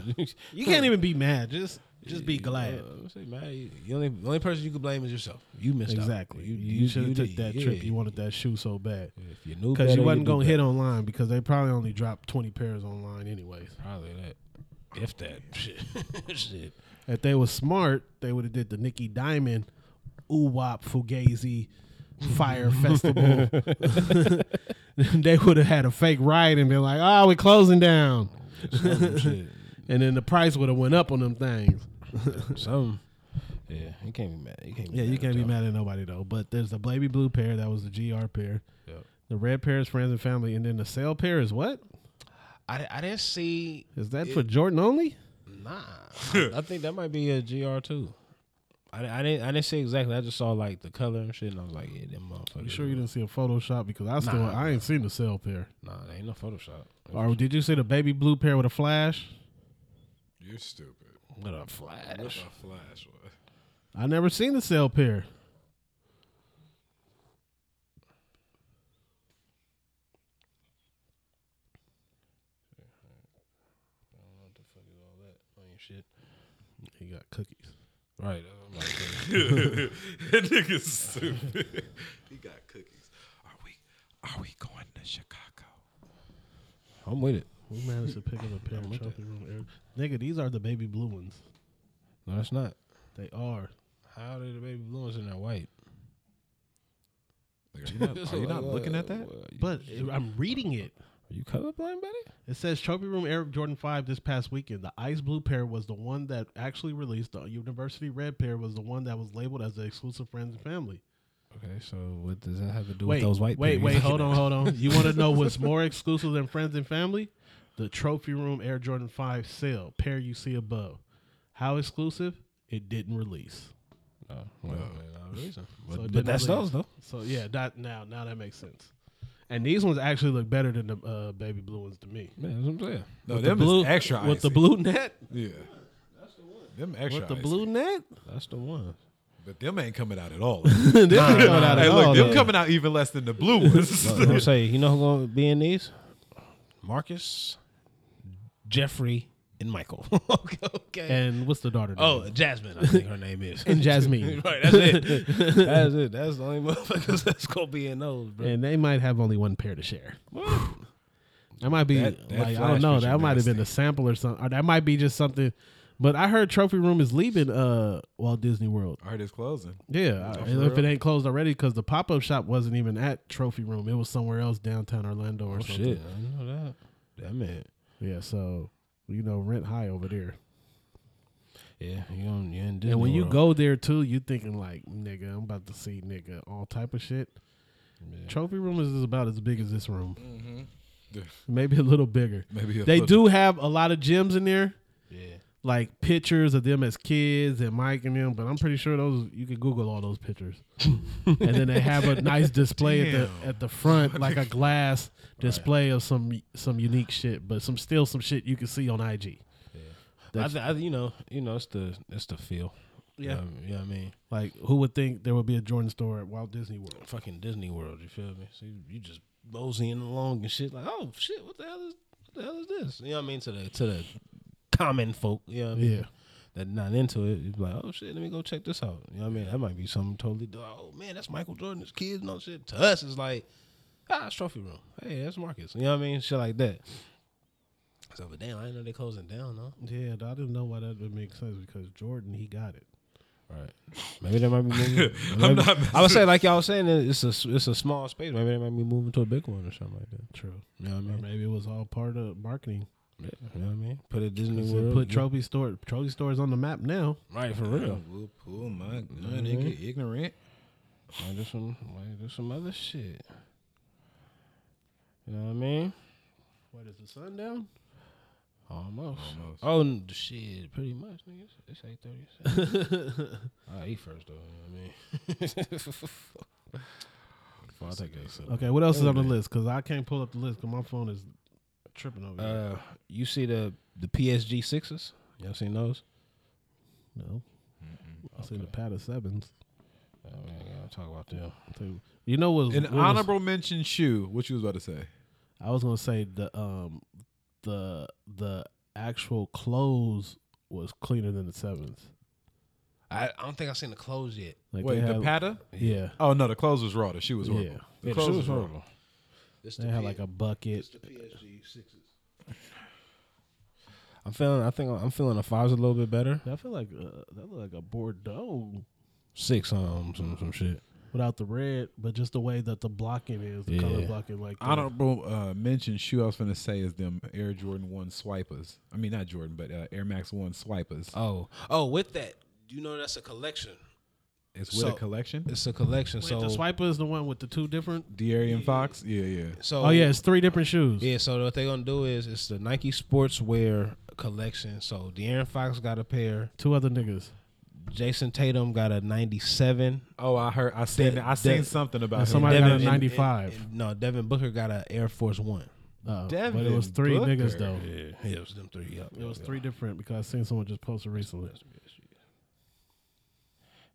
S5: you can't even be mad. Just just be glad.
S3: Uh, I would say, man, you, you only the only person you could blame is yourself. You missed out.
S5: Exactly. You, you, should have took
S3: did-
S5: that
S3: yeah.
S5: trip. You wanted that shoe so bad
S3: if you knew
S5: because
S3: better,
S5: you wasn't
S3: do
S5: gonna hit
S3: better.
S5: online because they probably only dropped twenty pairs online anyways.
S3: Probably that. If that shit, shit.
S5: If they was smart, they would have did the Nicki Diamond, Uwap Fugazi, Fire Festival. they would have had a fake riot and been like, "Oh, we're closing down,"
S3: Some shit.
S5: and then the price would have went up on them things.
S3: Some. Yeah, you can't be mad. You can't. Be
S5: Yeah,
S3: mad
S5: you
S3: at
S5: can't be
S3: Trophy.
S5: mad at nobody though. But there's the baby blue pair that was the GR pair.
S3: Yep.
S5: The red pair is friends and family, and then the sale pair is what?
S3: I, I didn't see.
S5: Is that for Jordan only?
S3: Nah, I, I think that might be a gr too. I, I didn't I didn't see exactly. I just saw like the color and shit, and I was like, yeah, them motherfuckers.
S5: You sure you didn't see a Photoshop? Because I still I ain't seen the sale pair.
S3: Nah, they ain't no Photoshop.
S5: Or did you see the baby blue pair with a flash?
S4: You're stupid.
S3: What a flash!
S4: A flash was.
S5: I never seen the sale pair.
S3: Shit.
S5: He got cookies.
S3: Right.
S4: that nigga's stupid. he got cookies. Are we are we going to Chicago?
S3: I'm with it.
S5: We managed to pick up a pair of trophy room Eric. Nigga, these are the baby blue ones.
S3: No, that's not.
S5: They are.
S3: How did the baby blue ones in that white?
S4: Like, are you not, are you not looking at that?
S5: But I'm reading it.
S3: Are you colorblind, buddy?
S5: It says Trophy Room Air Jordan 5 this past weekend. The ice blue pair was the one that actually released. The university red pair was the one that was labeled as the exclusive friends and family.
S3: Okay, so what does that have to do
S5: Wait,
S3: with those white?
S5: wait,
S3: things?
S5: wait, hold on, hold on. You want to know what's more exclusive than friends and family? The Trophy Room Air Jordan 5 sale, pair you see above. How exclusive? It didn't release.
S3: Oh, well, no reason.
S5: So it
S3: But, but
S5: didn't
S3: that's
S5: release.
S3: those though.
S5: So yeah, that now now that makes sense. And these ones actually look better than the uh, baby blue ones to me.
S3: Yeah, that's what I'm saying.
S4: No, them
S5: the blue-
S4: is extra icy.
S5: with the blue net,
S4: Yeah. Them extra
S5: with the
S4: icy.
S5: blue net,
S3: That's the one.
S4: But them ain't coming out at all.
S5: Them ain't coming out
S4: hey,
S5: at
S4: look,
S5: all,
S4: them
S5: though.
S4: coming out even less than the blue ones.
S3: I'm gonna say, you know who gonna be in these? Marcus, Jeffrey, and Michael. okay. okay.
S5: And what's the daughter?
S3: oh,
S5: name?
S3: Jasmine, I think her name is.
S5: and Jasmine.
S3: right, that's it. that's it. That's the only motherfuckers that's gonna be in those, bro.
S5: and they might have only one pair to share. That might be
S4: That- that
S5: like I
S4: flash
S5: don't know.
S4: picture
S5: That might have been
S4: nasty.
S5: a sample or something, or that might be just something. But I heard Trophy Room is leaving uh Walt Disney World.
S4: Art is closing.
S5: Yeah, I- if it ain't closed already, because the pop up shop wasn't even at Trophy Room. It was somewhere else downtown Orlando or
S3: oh
S5: something.
S3: shit, I know that. That man.
S5: Yeah, so you know, rent high over there.
S3: Yeah, you don't. You ain't
S5: And when you go there too, you thinking like, nigga, I'm about to see nigga all type of shit. Trophy room is just about as big as this room,
S3: Mm-hmm.
S4: Yeah.
S5: maybe a little bigger.
S4: Maybe a
S5: they
S4: little-
S5: do have a lot of gyms in there,
S3: yeah.
S5: like pictures of them as kids and Mike and them. But I'm pretty sure those you can Google all those pictures. and then they have a nice display at the at the front, like a glass display of some some unique shit, but some still some shit you can see on IG.
S3: I, th- I, th- you know, you know, it's the it's the feel.
S5: Yeah.
S3: you know, what I- you know what I mean.
S5: Like, who would think there would be a Jordan store at Walt Disney World?
S3: Fucking Disney World, you feel me? So you, you just moseying along and shit like, oh shit, what the hell is what the hell is this? You know what I mean? To the to the common folk, you know what I mean?
S5: Yeah.
S3: That not into it, you be like, oh shit, let me go check this out. You know what I mean? That might be something totally. d- Oh man, that's Michael Jordan's kids and all shit. To us, it's like, ah, it's trophy room. Hey, that's Marcus. You know what I mean? Shit like that. So, but damn, I didn't know they closing down though.
S5: Yeah, I didn't know why that would make sense because Jordan, he got it.
S3: Right. Maybe they might be moving. maybe- I would say, like y'all was saying, it- it's a it's a small space. Maybe they might be moving to a big one or something like that.
S5: True.
S3: You know what I
S5: Or
S3: mean?
S5: maybe it was all part of marketing.
S3: Yeah, you know what I mean? Put a Disney
S5: They
S3: World.
S5: put
S3: yeah.
S5: trophy store trophy stores on the map now.
S3: right for real.
S4: We'll pull my gun and get ignorant.
S3: Like, there's some like, there's some other shit. You know what I mean?
S5: What is the sun down?
S3: Almost. Oh n- shit, pretty much, nigga. It's eight thirty. I eat first though. You know what I mean? Before I take that sip.
S5: Okay, what else is on the list? Because I can't pull up the list because my phone is tripping over here.
S3: Uh, you see the the PSG sixes? Y'all seen those?
S5: No. I see the pad of sevens.
S3: Oh, man, I gotta talk about them.
S5: too. You know what?
S4: An
S5: what was-
S4: honorable mention shoe. What you was about to say?
S5: I was gonna say the um the the actual clothes was cleaner than the sevens.
S3: I, I don't think I've seen the clothes yet.
S5: Like
S4: Wait,
S5: they
S4: the
S5: had-
S4: patta?
S5: Yeah.
S4: Oh no, the clothes was raw. The shoe was
S5: Yeah.
S4: horrible. The
S3: Yeah, the
S4: clothes
S3: shoe
S4: was
S3: was
S4: raw.
S3: horrible.
S5: They had like a bucket.
S3: I'm feeling. I think I'm feeling the fives a little bit better.
S5: I feel like uh, that looked like a Bordeaux
S3: Six um some some shit.
S5: without the red, but just the way that the blocking is, the color
S3: Yeah.
S5: blocking, like the,
S4: Honorable uh, mention shoe. I was gonna say is them Air Jordan One swipers. I mean not Jordan, but uh, Air Max One swipers.
S5: Uh,
S3: Oh oh, with that, you know that's a collection.
S4: it's with
S3: so-
S4: a collection.
S3: It's a collection.
S5: Wait,
S3: so
S5: the swiper is the one with the two different.
S4: De'Arian Fox. Yeah, yeah.
S3: so
S5: Oh yeah, it's three different shoes.
S3: Yeah, so what they're gonna do is it's the Nike Sportswear collection. So De'Aaron Fox got a pair.
S5: Two other niggas.
S3: Jason Tatum got a ninety-seven.
S4: Oh, I heard. I seen.
S3: That-
S4: I seen
S3: that-
S4: something about
S5: Now
S4: him.
S5: somebody
S3: Devin
S5: got
S3: and-
S5: a ninety five.
S3: and- no, Devin Booker got a Air Force One.
S5: Uh, but it was
S4: Devin
S5: three
S4: Booker.
S5: niggas though.
S3: Yeah, it was them three. Yeah,
S5: It was three different because I seen someone just posted recently.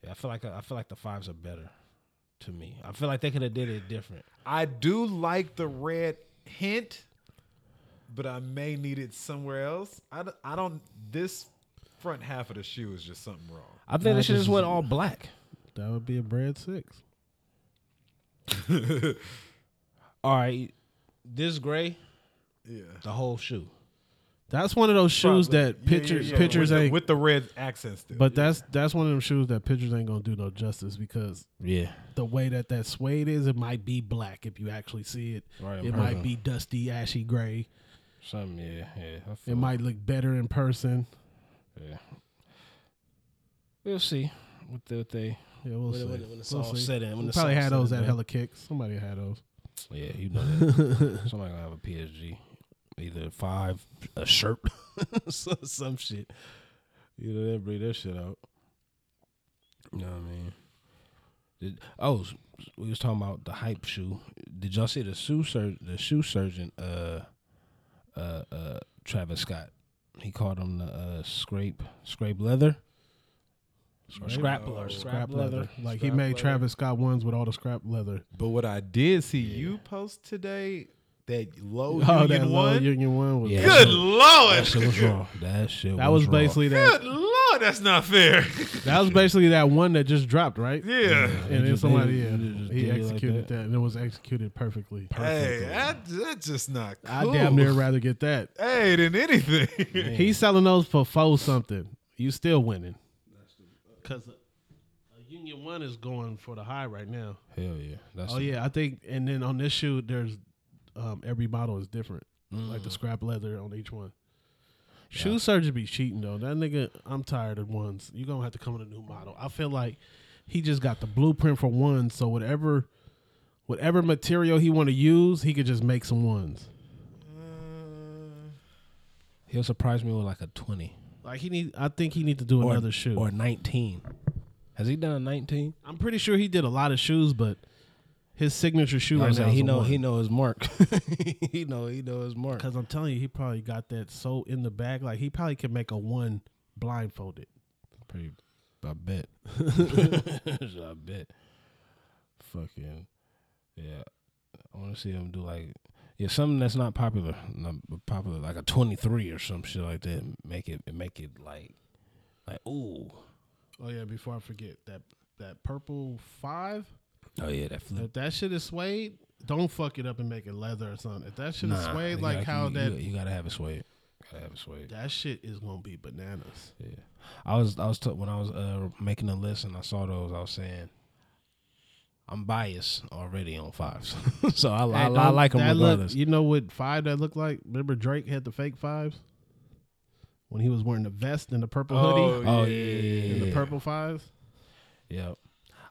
S3: Yeah, I feel like I feel like the fives are better to me. I feel like they could have did it different.
S4: I do like the red hint, but I may need it somewhere else. I, d- I don't. This front half of the shoe is just something wrong.
S3: I think they should just went all black.
S5: That would be a brand six.
S3: All right, this gray,
S4: Yeah.
S3: the whole shoe.
S5: That's one of those shoes that pictures pictures
S4: with
S5: ain't.
S4: the, with the red accents. Still.
S5: but that's that's one of them shoes that pictures ain't gonna do no justice because
S3: Yeah,
S5: the way that that suede is, it might be black if you actually see it.
S3: Right, in
S5: it might
S3: person.
S5: be dusty, ashy gray.
S3: something. Yeah, yeah. I
S5: It
S3: feel,
S5: might look better in person.
S3: yeah. We'll see what they what they
S5: Yeah, we'll
S3: When-
S5: see.
S3: when- when it's
S5: we'll
S3: all
S5: see.
S3: said and- when
S5: We
S3: it's
S5: probably
S3: all
S5: had
S3: said
S5: those
S3: and
S5: at
S3: done.
S5: Hella Kicks. Somebody had those.
S3: Yeah, you know that. Somebody gonna have a PSG, either five, a shirt, so- some shit. You know they breathe that shit out. You know what I mean? Did, oh, s- s- we was talking about the hype shoe. Did y'all see the shoe sur- the shoe surgeon? Uh, uh, uh, Travis Scott. He called him the uh, scrape scrape leather. Or
S4: Uh,
S3: scrap leather,
S5: Scrap leather. Like he made Travis Scott ones with all the scrap leather.
S4: But what I did see you post today that low union
S5: Oh, that
S4: one.
S5: Union one was.
S3: Yeah.
S4: Good
S3: That
S4: lord,
S3: shit was wrong. That shit.
S5: That was
S3: wrong.
S5: basically
S4: good
S5: that.
S4: lord, that's not fair.
S5: That was basically that one that just dropped, right?
S4: yeah.
S5: And
S3: They
S5: then
S3: just-
S5: somebody,
S3: they
S5: yeah,
S3: just- they just
S5: he
S3: did it like
S5: executed
S3: that.
S5: that. and it was executed perfectly.
S4: Hey, that, that's just not
S5: I
S4: cool.
S5: damn near rather get that.
S4: Hey, than anything.
S5: He's selling those for four something. You still winning. Because Union One is going for the high right now.
S3: Hell yeah. That's
S5: Oh yeah, I think. And then on this shoe, there's um, every model is different, like
S3: Mm.
S5: the scrap leather on each one. Shoe surgeon be cheating though. That nigga, I'm tired of ones. You gonna have to come with a new model. I feel like he just got the blueprint for ones. So whatever, whatever material he want to use, he could just make some ones.
S3: He'll surprise me with like a twenty.
S5: Like he need, I think he need to do another shoe.
S3: or 19. Has he done a 19?
S5: I'm pretty sure he did a lot of shoes, but his signature shoe right now.
S3: he know he know his mark. he know he know his mark.
S5: because I'm telling you, he probably got that so in the bag. Like he probably could make a one blindfolded.
S3: Pretty, I bet. I bet. Fucking yeah. I want to see him do like yeah something that's not popular, not popular like a 23 or some shit like that. Make it make it like like ooh.
S5: Oh yeah, before I forget that that purple five.
S3: Oh yeah, that flip.
S5: If that shit is suede, don't fuck it up and make it leather or something. If that shit is
S3: Nah,
S5: suede,
S3: you
S5: like
S3: gotta-
S5: how
S3: you-
S5: that
S3: you, you gotta have it suede. Gotta have it suede.
S5: that shit is gonna be bananas.
S3: Yeah, I was I was t- when I was uh, making a list and I saw those, I was saying I'm biased already on fives, so I, I, I like them
S5: That look-
S3: regardless.
S5: you know what five that looked like? Remember Drake had the fake fives when he was wearing the vest and the purple hoodie
S3: oh yeah, yeah,
S5: and
S3: yeah,
S5: the
S3: yeah.
S5: purple fives.
S3: yeah.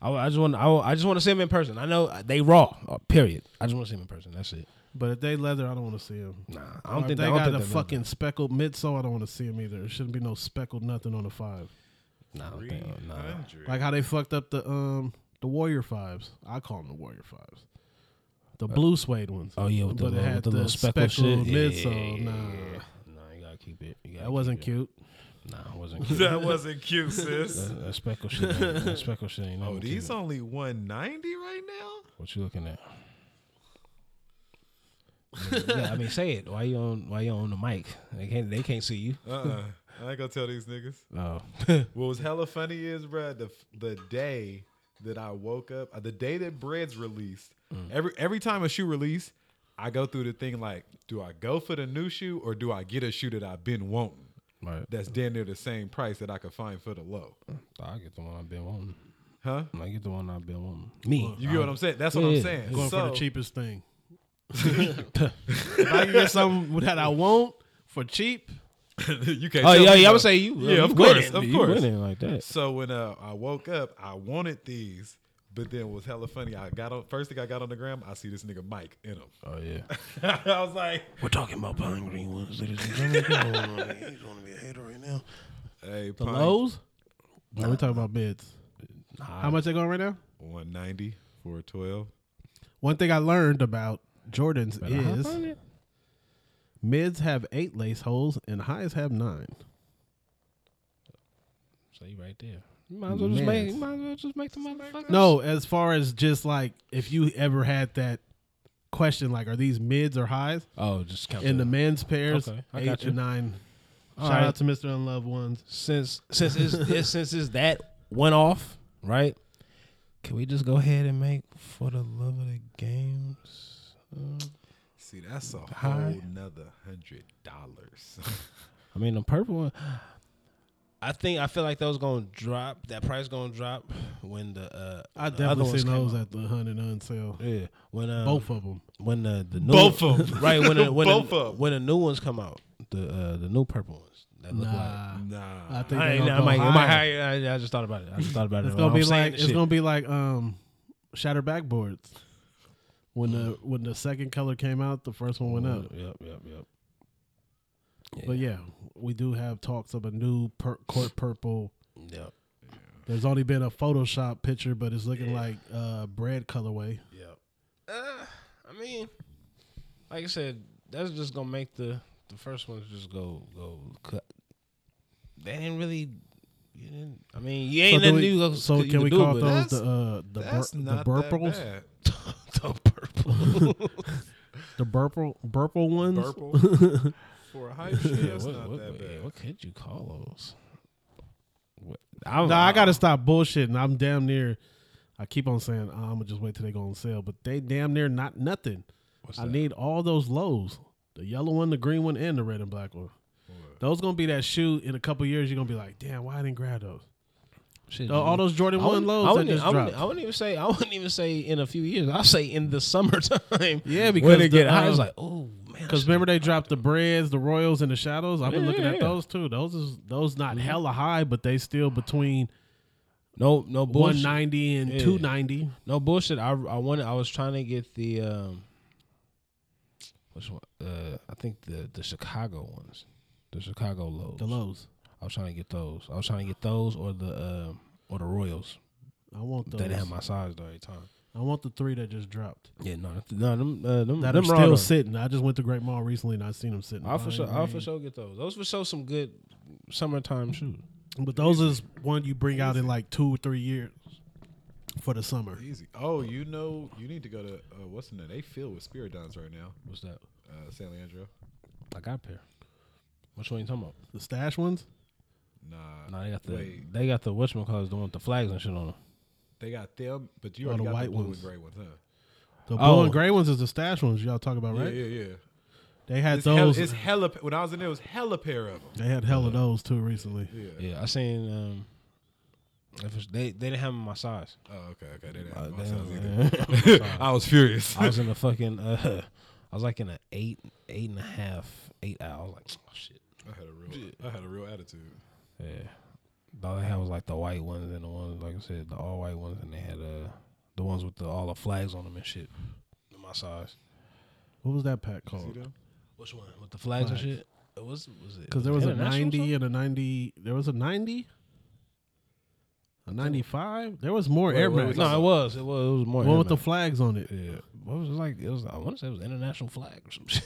S3: I, I just want I, I just want to see them in person. I know they raw. uh, Period. I just want to see them in person. That's it.
S5: But if they leather, I don't want to see them.
S3: Nah, I don't think
S5: they
S3: I don't
S5: got
S3: think
S5: a
S3: they're
S5: fucking speckled midsole. I don't want to see them either. There shouldn't be no speckled nothing on the five.
S3: Nah, I don't think, nah.
S5: Like how they fucked up the um the warrior fives. I call them the warrior fives. The blue suede ones.
S3: Oh yeah, with the
S5: But it
S3: little,
S5: had
S3: with the little speckled, shit. Yeah, yeah,
S5: midsole.
S3: yeah,
S5: nah,
S3: yeah. Nah, you gotta keep it. You gotta
S5: that wasn't
S3: keep
S5: cute.
S3: It. Nah, it wasn't cute.
S4: that wasn't cute, sis.
S3: that, that speckled shit. ain't- That speckled shit. Ain't
S4: Oh,
S3: nothing
S4: these
S3: cute.
S4: only 190 right now?
S3: What you looking at? yeah, I mean, say it. Why you on? Why you on the mic? They can't. They can't see you.
S4: Uh-uh. I ain't gonna tell these niggas.
S3: Oh,
S4: What was hella funny is, bruh, the the day that I woke up, uh, the day that Bread's released.
S3: Mm.
S4: Every every time a shoe release, I go through the thing like, do I go for the new shoe or do I get a shoe that I've been wanting?
S3: right.
S4: That's damn near the same price that I could find for the low,
S3: I get the one I've been wanting.
S4: huh?
S3: I get the one I've been wanting. Me.
S4: You get what I'm saying? That's what
S3: Uh-huh. Yeah.
S4: I'm saying.
S5: Going
S4: so,
S5: for the cheapest thing. if I can get something that I want for cheap,
S4: you can't.
S3: Oh
S4: tell me
S3: yeah, yeah. I
S4: no.
S3: would say you.
S4: Yeah,
S3: you
S4: of course,
S3: winning.
S4: of
S3: You
S4: course.
S3: winning like that.
S4: So when uh, I woke up, I wanted these, but then it was hella funny. I got on first thing I got on the gram. I see this nigga Mike in them.
S3: Oh yeah.
S4: I was like,
S3: We're talking about pine green ones, ladies and gentlemen. Come on, man. You just wanna be a hater right now.
S4: "Hey,
S5: the lows. No, we're talking about bids. How much they going right now?
S4: one ninety for a twelve.
S5: One thing I learned about Jordans
S3: hop on
S5: is mids have eight lace holes and highs have nine.
S3: So you right there. You might as well just make.
S5: Mess.
S3: You might as well just make the motherfucker.
S5: No, as far as just like if you ever had that question, like are these mids or highs?
S3: Oh, just count
S5: In the
S3: down.
S5: men's pairs,
S3: Okay, I got
S5: eight
S3: you.
S5: and nine. Shout
S3: right.
S5: out to Mr. Unloved Ones.
S3: since since it's, it's since it's that went off, right? Can we just go ahead and make for the love of the games?
S4: See, that's a
S3: High.
S4: whole nother hundred dollars.
S3: I mean, the purple one. I think I feel like those gonna drop. That price gonna drop when the uh
S5: I
S3: the
S5: definitely
S3: other ones
S5: seen
S3: came
S5: those
S3: out.
S5: at the hundred on sale.
S3: yeah when uh,
S5: Both of them.
S3: when the the new
S4: Both of 'em.
S3: right when the, when
S4: Both
S3: the,
S4: of 'em.
S3: when the new ones come out
S5: the uh, the new purple ones that look like.
S4: Nah.
S5: I think
S3: I,
S5: they
S3: ain't-
S5: gonna
S3: I
S5: go
S3: might, I, might
S5: higher.
S3: I, I just thought about it. I just thought about it.
S5: It's
S3: while
S5: gonna be
S3: I'm saying
S5: like
S3: this
S5: it's
S3: shit.
S5: gonna be like um, shatter backboards. When the when the second color came out, the first one went up.
S3: Yep, yep, yep.
S5: But yeah, we do have talks of a new per- court purple.
S3: Yep.
S5: There's only been a Photoshop picture, but it's looking like uh, bread colorway.
S3: Uh, I mean, like I said, that's just gonna make the the first ones just go go cut. They didn't really. You didn't. I mean, you ain't
S5: do
S3: nothing
S5: we-
S3: new. go-
S5: so
S3: you
S5: can we
S3: do,
S5: call
S3: but-
S5: those
S4: that's-
S5: the uh, the bur-
S4: That's
S5: the
S4: not that
S5: burples?
S4: bad.
S3: the purple?
S5: The burple burple ones.
S4: Burple for a hype shit. That's
S3: what,
S4: not
S3: what-
S4: that
S3: yeah,
S4: bad.
S3: what could you call those? What, I'm,
S5: Nah, I gotta stop bullshitting. I'm damn near. I keep on saying I'm gonna just wait till they go on sale, but they damn near not nothing. I need all those lows: the yellow one, the green one, and the red and black one. Those gonna be that shoe in a couple years. You're gonna be like, damn, why I didn't grab those?
S3: Shit,
S5: Uh, all
S3: you-
S5: those Jordan
S3: I
S5: one
S3: wouldn't-
S5: lows
S3: I
S5: that
S3: wouldn't,
S5: just
S3: I, wouldn't,
S5: dropped.
S3: I wouldn't even say. I wouldn't even say in a few years. I'll say in the summertime.
S5: yeah, because
S3: when it get
S5: the,
S3: hot, it's
S5: um,
S3: like, oh man. I
S5: Cause
S3: should-
S5: remember they dropped the breads, the royals, and the shadows. I've been
S3: Yeah,
S5: looking
S3: yeah,
S5: at
S3: yeah. Mm-hmm.
S5: those too. Those is those not hella high, but they still between
S3: no, no
S5: one
S3: bullshit.
S5: ninety and
S3: Yeah.
S5: two ninety.
S3: No bullshit. I I wanted. I was trying to get the um. Which one? Uh, I think the the Chicago ones, the Chicago lows.
S5: The lows.
S3: I was trying to get those. I was trying to get those or the uh, or the Royals.
S5: I want those.
S3: They didn't have my size though every time.
S5: I want the three that just dropped.
S3: Yeah, no, no, them, uh, them,
S5: That
S3: them
S5: are
S3: raw
S5: still
S3: though.
S5: sitting. I just went to Great Mall recently and I seen them sitting.
S3: I'll for
S5: fine
S3: sure, I'll for
S5: green.
S3: sure get those. Those for sure some good summertime shoes.
S5: But those is one you bring out in like two or three years for the summer.
S4: Easy. Oh, you know, you need to go to uh, what's in there? They filled with spiridons right now.
S3: What's that?
S4: Uh, San Leandro.
S3: I got a pair. Which one you talking about?
S5: The stash ones.
S4: Nah,
S3: No, they got the
S4: Wait.
S3: they got the whatchamacallit, the one with the flags and shit on them.
S4: they got them, but you
S5: Oh,
S4: already
S5: the
S4: got
S5: white
S4: the blue
S5: ones.
S4: and gray ones, huh?
S5: The blue
S3: Oh.
S5: and gray ones is the stash ones y'all talk about, right?
S4: Yeah, yeah, yeah.
S5: They had
S4: It's,
S5: those.
S4: hella, it's hella. When I was in there, it was hella pair of them.
S5: they had hella those too recently.
S3: Yeah, I seen um, if it's, they they didn't have 'em my size.
S4: Oh, okay, okay. They didn't
S3: Uh,
S4: have my
S3: they
S4: size
S3: don't-
S4: either. I was furious.
S3: I was in the fucking uh, I was like in an eight eight and a half eight hour. I was like, oh shit.
S4: I had a real, I had a real attitude.
S3: Yeah, all they had was like the white ones and the ones like I said the all white ones, and they had uh the ones with the all the flags on them and shit. They're My size.
S5: What was that pack called?
S3: Which one with the flags,
S5: Flags.
S3: and shit? It was was it
S5: Because there was a
S3: International or
S5: ninety
S3: something?
S5: and a ninety. There was a ninety. A ninety-five. There was more Air
S4: wait,
S5: Max.
S3: No, it was it was it was more
S5: one with the
S3: Air Max.
S5: flags on it.
S3: yeah. What was it like? It was I want to say it was international flag or some shit.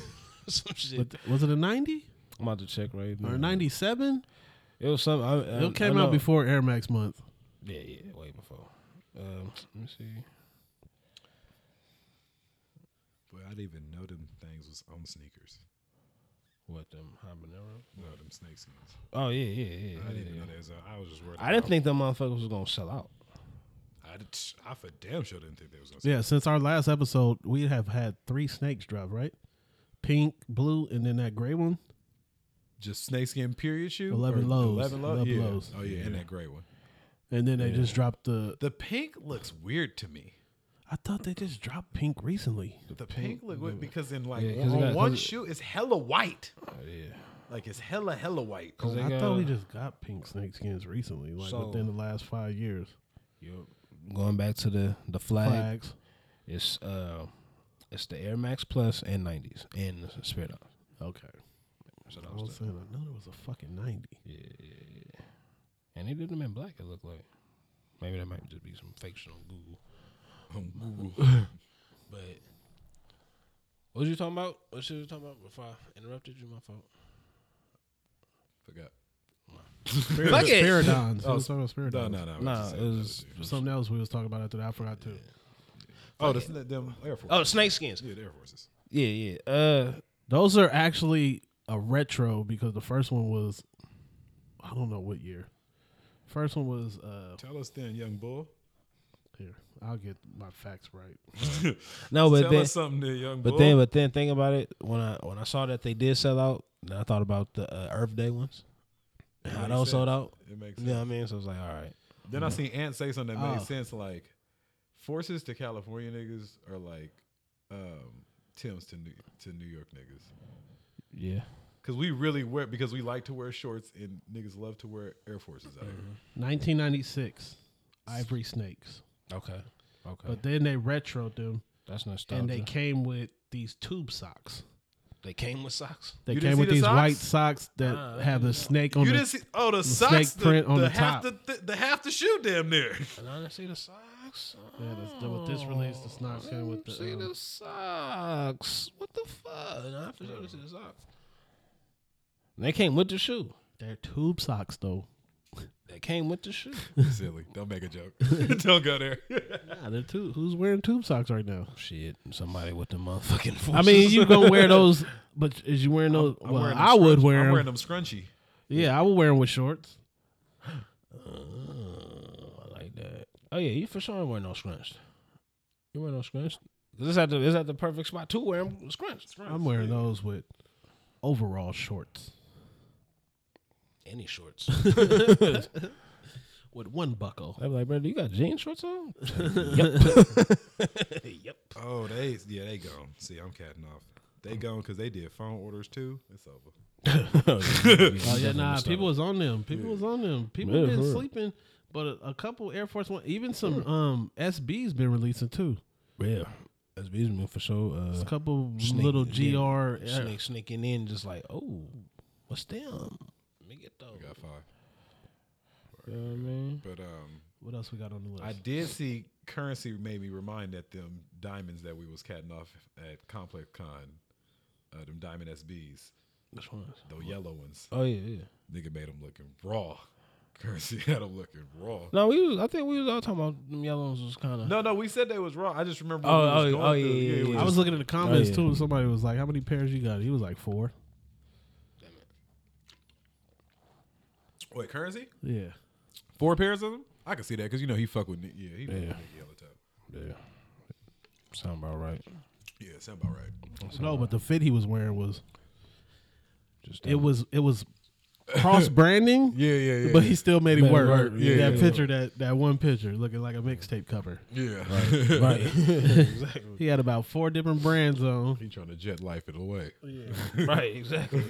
S3: some shit.
S5: But was it a ninety
S3: I'm about to check right now.
S5: or ninety-seven?
S3: It was some. I, I,
S5: It came
S3: I
S5: out
S3: know-
S5: before Air Max month.
S3: Yeah, yeah, way before. Um, let me see.
S4: But I didn't even know them things was on sneakers.
S3: What them habanero?
S4: No, them snake skins.
S3: Oh yeah, yeah, yeah.
S4: I
S3: yeah,
S4: didn't even
S3: yeah.
S4: know they was. on- I was just worried.
S3: I didn't think them motherfuckers was gonna sell out.
S4: I, did, I for damn sure didn't think they was gonna.
S5: Yeah, since our last episode, we have had three snakes drop, right? Pink, blue, and then that gray one.
S4: Just snakeskin period shoe.
S5: 11
S4: Or
S5: lows.
S4: Eleven lows.
S5: 11
S4: yeah.
S5: lows.
S4: Oh yeah, and that gray one.
S5: And then they just dropped the.
S4: The pink looks weird to me.
S5: I thought they just dropped pink recently.
S4: The pink look weird because in like
S3: 'cause it
S4: on
S3: got-
S4: one
S3: 'cause it-
S4: shoe it's hella white.
S3: yeah.
S4: Like it's hella hella white.
S3: Cause they
S5: I
S3: got,
S5: thought we just got pink snake skins recently, like
S3: So-
S5: within the last five years.
S3: going back to the the flag.
S5: Flags.
S3: It's uh, it's the Air Max Plus and nineties and the Spirit.
S5: Okay.
S3: So
S5: I
S3: that
S5: was
S3: was the,
S5: saying, I know there was a fucking 90.
S3: and they did them in black. It looked like maybe that might just be some fake shit on Google.
S4: Oh,
S3: But what was you talking about? What shit was you talking about before I interrupted you? My fault.
S4: Forgot.
S3: Fuck it.
S5: Spiridons. Oh, talking about
S4: No,
S5: Spiridons.
S4: no, no.
S3: Nah, it was
S5: Something else we was talking about after that. I forgot too.
S4: Oh, this them Air Force.
S3: oh snakeskins.
S4: Yeah, the Air Forces.
S3: Yeah, yeah. Uh,
S5: Those are actually a retro because the first one was, I don't know what year. First one was uh
S4: Tell us then, young bull.
S5: here. I'll get my facts right.
S3: no, Oh, but
S4: Tell
S3: then
S4: us something there, young
S3: But
S4: bull.
S3: then, but then, think about it. When I when I saw that they did sell out, then I thought about the uh, Earth Day ones. How
S4: makes
S3: those sold
S4: sense.
S3: out.
S4: It makes
S3: You
S4: sense.
S3: know what I mean? So I was like, all right,
S4: Then I seen Ant say something that made
S5: Oh.
S4: sense. Like forces to California niggas are like um, Tim's to New to New York niggas.
S3: yeah,
S4: because we really wear because we like to wear shorts and niggas love to wear Air Forces out here.
S3: Mm-hmm.
S5: 1996, Ivory Snakes.
S3: Okay. Okay.
S5: But then they retroed them,
S3: That's nostalgia.
S5: and they came with these tube socks.
S3: They came with socks.
S5: They
S4: You didn't
S5: came
S4: see
S5: with
S4: the
S5: these
S4: socks?
S5: white socks that have the snake on
S4: You
S5: the
S4: didn't see oh the,
S5: snake
S4: socks the,
S5: print on
S4: the
S5: the
S4: half
S5: top.
S4: The, the, the half the shoe damn near.
S3: And I didn't see the socks.
S5: Yeah, that's- that what this release, the snacks came with the,
S3: See
S5: um,
S3: the socks. What the fuck? And I have to show this to the socks. And they came with the shoe.
S5: They're tube socks though.
S3: They came with the shoe.
S4: Silly, don't make a joke. don't go there.
S5: Nah, they're tube. Who's wearing tube socks right now?
S3: Shit. Somebody with the motherfucking forces.
S5: I mean, you gonna wear those? But is you wearing those?
S4: I'm
S5: well,
S4: wearing them
S5: I would
S4: scrunch-
S5: wear
S4: I'm
S5: them.
S4: wearing them scrunchy.
S5: Yeah, I would wear them with shorts.
S3: Oh, I like that. Oh yeah, you for sure ain't wearing no scrunch. You wear no scrunch? Cause it's at the it's at the perfect spot to wear them scrunch.
S5: I'm wearing those with overall shorts
S3: Any shorts.
S5: with one buckle.
S3: I'm like, brother, you got jean shorts on?
S4: Oh, they yeah they gone. See, I'm catting off. They
S3: Mm.
S4: gone because they did phone orders too. It's over.
S5: Oh yeah, nah. People was on them. People was on them. People
S3: Yeah, for
S5: been
S3: real.
S5: sleeping, but a, a couple Air Force One, even some um SBs been releasing too.
S3: Yeah. That's Beesman for sure. Uh,
S5: A couple
S3: sneak-
S5: little uh,
S3: yeah,
S5: gr Air-
S3: sneak, sneaking in, just like, oh, what's them? Let me get those.
S4: Got five.
S3: You know what I mean?
S4: But um,
S5: What else we got on the list?
S4: I did see currency made me remind that them diamonds that we was catting off at Complex Con, uh, them diamond SBs,
S3: Which ones?
S4: the yellow ones.
S3: Oh yeah, yeah.
S4: Nigga made them looking raw. Currency had them looking raw.
S3: No, we was. I think we was all talking about them yellow ones was kind of.
S4: No, no, we said they was raw. I just remember.
S3: Oh,
S4: when we was
S3: oh,
S4: going
S3: oh,
S4: through-
S3: yeah, yeah,
S4: it
S3: yeah.
S4: was
S5: I was
S4: just-
S5: looking at the comments
S3: Oh, yeah.
S5: too. and Somebody was like, "How many pairs you got?" He was like, four.
S4: wait currency.
S5: Yeah.
S4: Four pairs of them. I can see that because you know he fuck with ni- yeah he yeah. yellow top.
S3: Yeah. Sound about right.
S4: Yeah, sound about right.
S5: No, but the fit he was wearing was
S3: Just
S5: it was it was cross branding.
S4: Yeah, yeah, yeah.
S5: But he still made it
S3: Made it
S5: work.
S3: work, yeah,
S5: that
S3: yeah.
S5: picture, that that one picture, looking like a mixtape cover.
S4: yeah.
S3: right.
S5: He had about four different brands on.
S4: he trying to jet life it away.
S3: right. Exactly.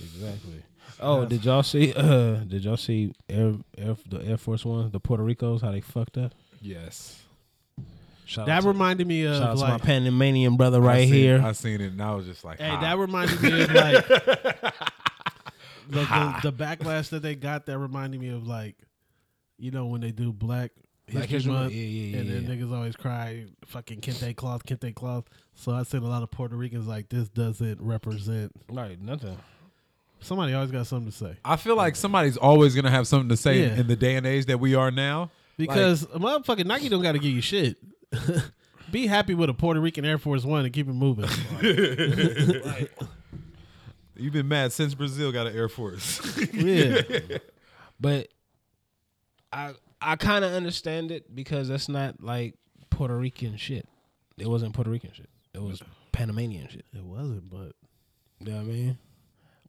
S3: exactly. Oh, did y'all see? Uh, did y'all see Air, Air the Air Force One, the Puerto Ricos, how they fucked up?
S4: Yes.
S3: Shout
S5: That
S3: out to,
S5: reminded me
S3: shout out
S5: of
S3: to
S5: like,
S3: my Panamanian brother
S4: I
S3: right
S4: seen-
S3: here.
S4: I seen it and I was just like,
S5: hey,
S4: ah.
S5: that reminded me of like the, the, the backlash that they got. That reminded me of like, you know, when they do Black
S3: Black
S5: History
S3: History Month,
S5: Month,
S3: yeah, yeah,
S5: and
S3: yeah,
S5: then niggas always cry, "Fucking kente cloth, kente cloth." So I seen a lot of Puerto Ricans like, "This doesn't represent."
S3: right. Nothing.
S5: Somebody always got something to say.
S4: I feel like somebody's always gonna have something to say
S5: Yeah.
S4: in the day and age that we are now.
S5: Because a motherfucking Nike don't got to give you shit. Be happy with a Puerto Rican Air Force One and keep it moving.
S4: You've been mad since Brazil got an Air Force.
S5: yeah,
S3: but I I kind of understand it because that's not like Puerto Rican shit. It wasn't Puerto Rican shit. It was Panamanian shit.
S5: it wasn't, but
S3: You know what I mean?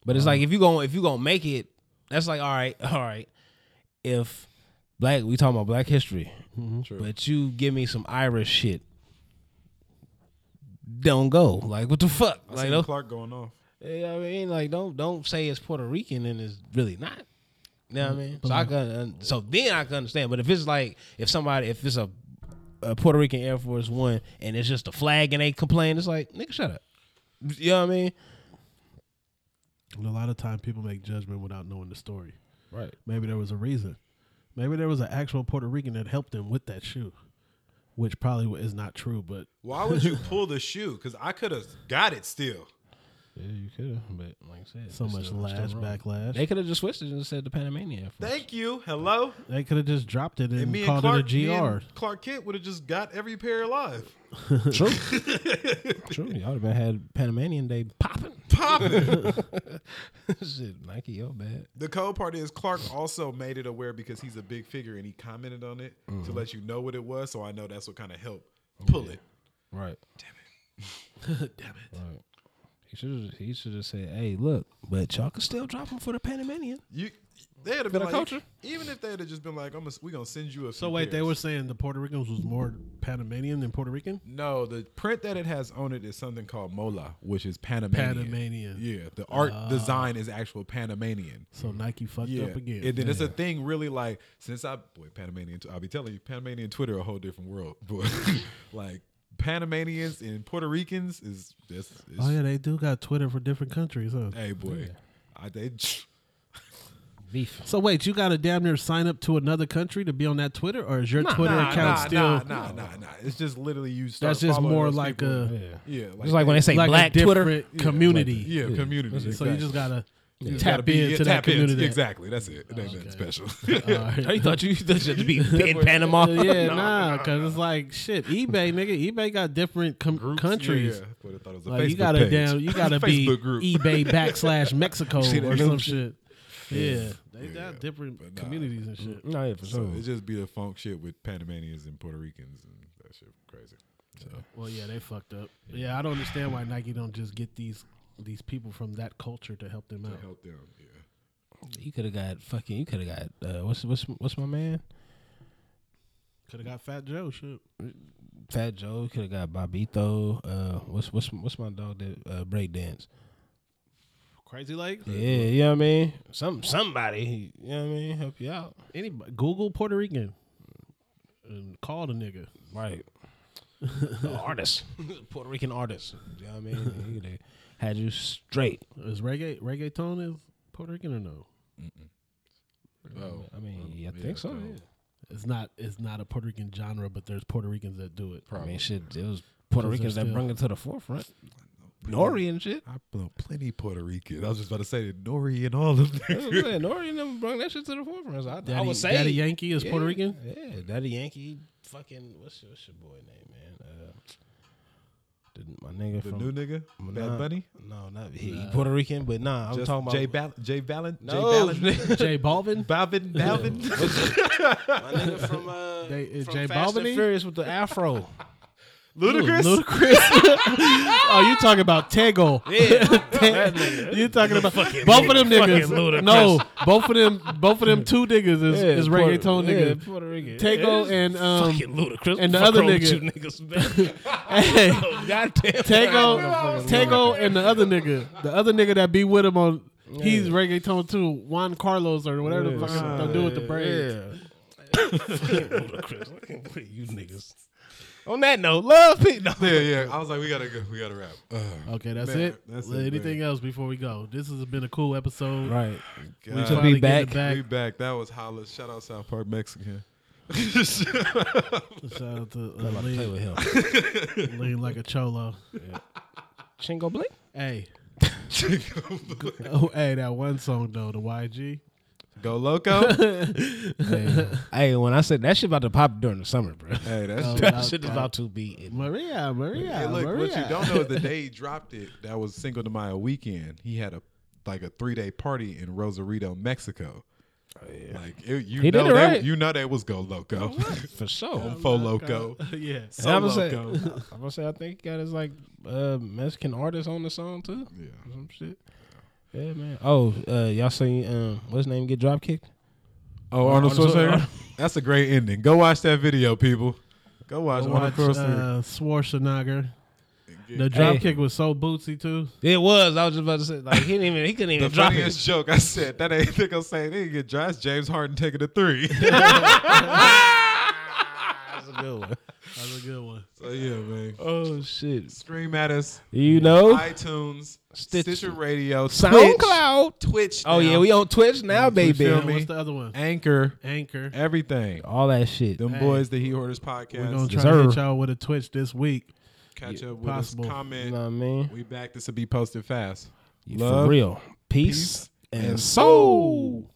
S3: But it's like if you going if you gonna make it, that's like all right, all right. If black, we talking about Black history,
S4: Mm-hmm.
S3: but you give me some Irish shit, don't go. Like what the fuck? Like
S4: Seen
S3: don't,
S4: Clark going off.
S3: you know what I mean, like don't don't say it's Puerto Rican and it's really not. You know what I mean? So
S4: Mm-hmm.
S3: I can so then I can understand. But if it's like if somebody if it's a, a Puerto Rican Air Force One and it's just a flag and they complain, it's like nigga, shut up. You know what I mean?
S5: a lot of time people make judgment without knowing the story.
S3: Right.
S5: Maybe there was a reason. Maybe there was an actual Puerto Rican that helped them with that shoe, which probably is not true. But
S4: Why would you pull the shoe? Because I could have got it still.
S3: Yeah, you could have, but like I said,
S5: so
S3: it's
S5: much
S3: still- it's
S5: lash
S3: still wrong.
S5: backlash.
S3: They
S5: They,
S3: could have just switched it and said the Panamanian. Air Force.
S4: Thank you. Hello.
S5: could have just dropped it and,
S4: And me and
S5: called
S4: Clark,
S5: it
S4: me
S5: a
S4: and
S5: GR.
S4: Clark Kent would have just got every pair alive.
S3: True. True. Y'all would have been had Panamanian Day popping.
S4: Popping.
S3: Shit, Nike, yo, bad.
S4: the cold part is Clark also made it aware because he's a big figure and he commented on it to let you know what it was. So I know that's what kind of helped pull it.
S3: Right.
S5: Damn it!
S3: Right. He should have. He should have said, "Hey, look, but y'all can still drop him for the Panamanian."
S4: You They'd have
S3: Been
S4: been
S3: a
S4: like,
S3: culture.
S4: Even if they'd have just been like, "I'm gonna, we gonna send you a."
S5: So
S4: few
S5: wait, they
S4: pairs.
S5: were saying the Puerto Ricans was more Panamanian than Puerto Rican.
S4: No, the print that it has on it is something called Mola, which is Panamanian.
S5: Panamanian.
S4: Yeah, the art design is actual Panamanian.
S5: So Nike fucked
S4: Yeah,
S5: up again.
S4: and then it's a
S5: Damn.
S4: thing really like since I boy Panamanian, I'll be telling you Panamanian Twitter a whole different world, but like Panamanians and Puerto Ricans is that's it's,
S5: oh yeah, they do got Twitter for different countries, huh?
S4: hey boy, I they
S3: Beef.
S5: So wait, you got to damn near sign up to another country to be on that Twitter, or is your Twitter
S4: nah,
S5: account
S4: nah,
S5: still?
S4: nah, nah, nah, nah. It's just literally you. Start
S5: That's just
S4: following
S5: more
S4: those
S5: like
S4: people.
S5: a
S3: Yeah.
S4: yeah, like,
S3: It's like when they say
S5: like
S3: black
S5: a different
S3: Twitter.
S5: community.
S4: yeah, community.
S5: So you just
S4: exactly.
S5: gotta
S4: It's gotta
S5: tap
S4: be- yeah,
S5: into that
S4: tap in.
S5: community.
S4: Exactly. That's it. It ain't nothing special.
S3: I thought you thought you had to be in Panama.
S5: Uh, yeah, nah, because it's like shit. eBay, nigga, eBay got different com- countries.
S4: Yeah, yeah. But I thought it was a
S5: Like
S4: Facebook
S5: you gotta
S4: page.
S5: down, you gotta be
S4: Facebook group.
S5: eBay backslash Mexico
S4: Shit,
S5: or
S4: it
S5: some
S4: is.
S5: shit. Yeah, they
S4: Yeah,
S5: got different
S4: but nah.
S5: communities and shit.
S3: No, yeah, for
S4: So
S3: sure.
S4: it just be the funk shit with Panamanians and Puerto Ricans and that shit crazy. So
S5: Well, yeah, they fucked up. Yeah, I don't understand why Nike don't just get these these people from that culture to help them out.
S4: help them. Yeah.
S3: You could have got fucking. You could have got uh, what's what's what's my man?
S5: Could have got Fat Joe. Shit.
S3: Fat Joe. Could have got Bobito. Uh, what's what's what's my dog that uh, break dance?
S5: Crazy legs.
S3: Yeah, you know what I mean. Some somebody. You know what I mean. Help you out.
S5: Anybody Google Puerto Rican and call the nigga.
S3: Right. The artist, Puerto Rican artist. You know what I mean? He coulda had you straight.
S5: Is reggae reggaeton is Puerto Rican or no?
S4: Oh,
S3: I mean, yeah, I think so.
S4: so-
S3: yeah.
S5: It's not it's not a Puerto Rican genre, but there's Puerto Ricans that do it.
S3: I mean, shit, it was Puerto
S5: Because
S3: Ricans
S5: they're
S3: that
S5: still-
S3: brought it to the forefront. Nori and shit.
S4: I know plenty Puerto Rican. I was just about to say Nori and all of
S3: That's
S4: them.
S3: what I'm saying. Nori and them brought that shit to the forefront. So I, I
S5: Daddy,
S3: would say
S5: Daddy Yankee is
S3: yeah,
S5: Puerto Rican.
S3: Yeah, Daddy Yankee. Fucking what's your, what's your boy name, man? Uh, didn't my nigga
S4: the
S3: from
S4: new nigga,
S3: nah,
S4: Bad Bunny,
S3: No, not he Puerto Rican, but nah, I'm
S4: Just
S3: talking about
S4: J Bal- J Balvin,
S3: No,
S4: J Balvin,
S5: Jay Balvin.
S4: Balvin, Balvin.
S3: my nigga from uh,
S5: They- is
S3: from
S5: J
S3: Fast and
S5: Balvin?
S3: Furious with the afro.
S4: Ludacris?
S5: Ooh, Ludacris. oh, you talking about Tego?
S3: That nigga.
S5: you talking about both of them niggas? No, both of them, both of them two niggas is,
S3: Yeah,
S5: is
S3: Puerto-
S5: reggaeton
S3: yeah,
S5: niggas.
S3: Puerto Rican.
S5: Tego
S3: It's
S5: and um,
S3: fucking ludicrous.
S5: and the
S3: Fuck
S5: other
S3: wrong with
S5: nigga.
S3: you niggas, man.
S5: hey,
S3: Goddamn.
S5: Tego, Tego, and the other nigga, the other nigga that be with him on, he's reggaeton too. Juan Carlos or whatever the fuck
S3: Uh,
S5: they do with the braids.
S3: ludicrous. Look at what you niggas. On that note, love people. No.
S4: yeah, yeah. I was like, we gotta go. We gotta wrap. Uh,
S5: Okay, that's
S4: Man,
S5: it.
S4: that's
S5: Well,
S4: it,
S5: Anything else before we go? This has been a cool episode.
S3: Right.
S4: God.
S5: We
S3: To
S5: finally
S3: be
S5: getting
S3: back.
S4: We back. That was holla. Shout out South Park Mexican.
S5: Shout out to
S3: I'm
S5: uh,
S3: about to play
S5: lean,
S3: with him.
S5: lean like a cholo.
S3: Chingo Blink.
S5: Hey. oh, hey, that one song though, the YG.
S4: Go loco.
S3: Hey, when I said that shit about to pop during the summer, bro.
S4: hey, that's
S5: Oh,
S3: That
S5: that-
S3: shit is
S5: that-
S3: about to be. In.
S5: Maria, Maria,
S4: Hey, look,
S5: Maria.
S4: what you don't know is the day he dropped it, that was Cinco de Mayo weekend. He had a like a three day party in Rosarito, Mexico. Like it, you
S3: He did
S4: know,
S3: it
S4: that,
S3: right.
S4: you know that was go loco,
S3: For sure.
S4: fo loco,
S5: yeah.
S3: And
S4: so
S3: I'm gonna, say,
S4: loco.
S3: I'm gonna say, I think he got his like uh, Mexican artist on the song too.
S4: Yeah,
S3: Some shit. Yeah, man. Oh, uh, y'all seen um, what's his name get drop kicked?
S4: Oh, Arnold
S3: Arnold Schwarzenegger.
S4: Schwarzenegger. That's a great ending. Go watch that video, people. Go watch Arnold
S5: Watch,
S4: Schwarzenegger.
S5: uh, Schwarzenegger. The dropkick was so bootsy too.
S3: It was. I was just about to say like he didn't even he couldn't even
S4: the
S3: drop
S4: funniest
S3: it.
S4: joke I said that ain't think I'm saying they get dry. It's James Harden taking a three.
S3: That's a good one.
S5: That's a good one.
S4: so yeah, man.
S3: Oh shit!
S4: Scream at us.
S3: You know,
S4: iTunes,
S3: Stitcher.
S4: Stitcher, Radio,
S3: Oh. SoundCloud.
S4: Twitch. Twitch
S3: Oh
S4: now,
S3: yeah, we on Twitch now, baby.
S4: feel
S5: And
S4: me?
S5: what's the other one?
S4: Anchor,
S5: Anchor.
S4: everything.
S3: All that shit.
S4: Them boys, the He Hoarders podcast.
S5: We're gonna
S3: Yes,
S5: try to
S3: sir.
S5: hit y'all with a Twitch this week.
S4: catch up with
S5: possible.
S4: us.
S3: You
S4: Comment.
S3: know what I mean?
S4: We back. This will be posted fast.
S3: For real. Peace,
S4: peace,
S3: and
S4: and
S3: soul.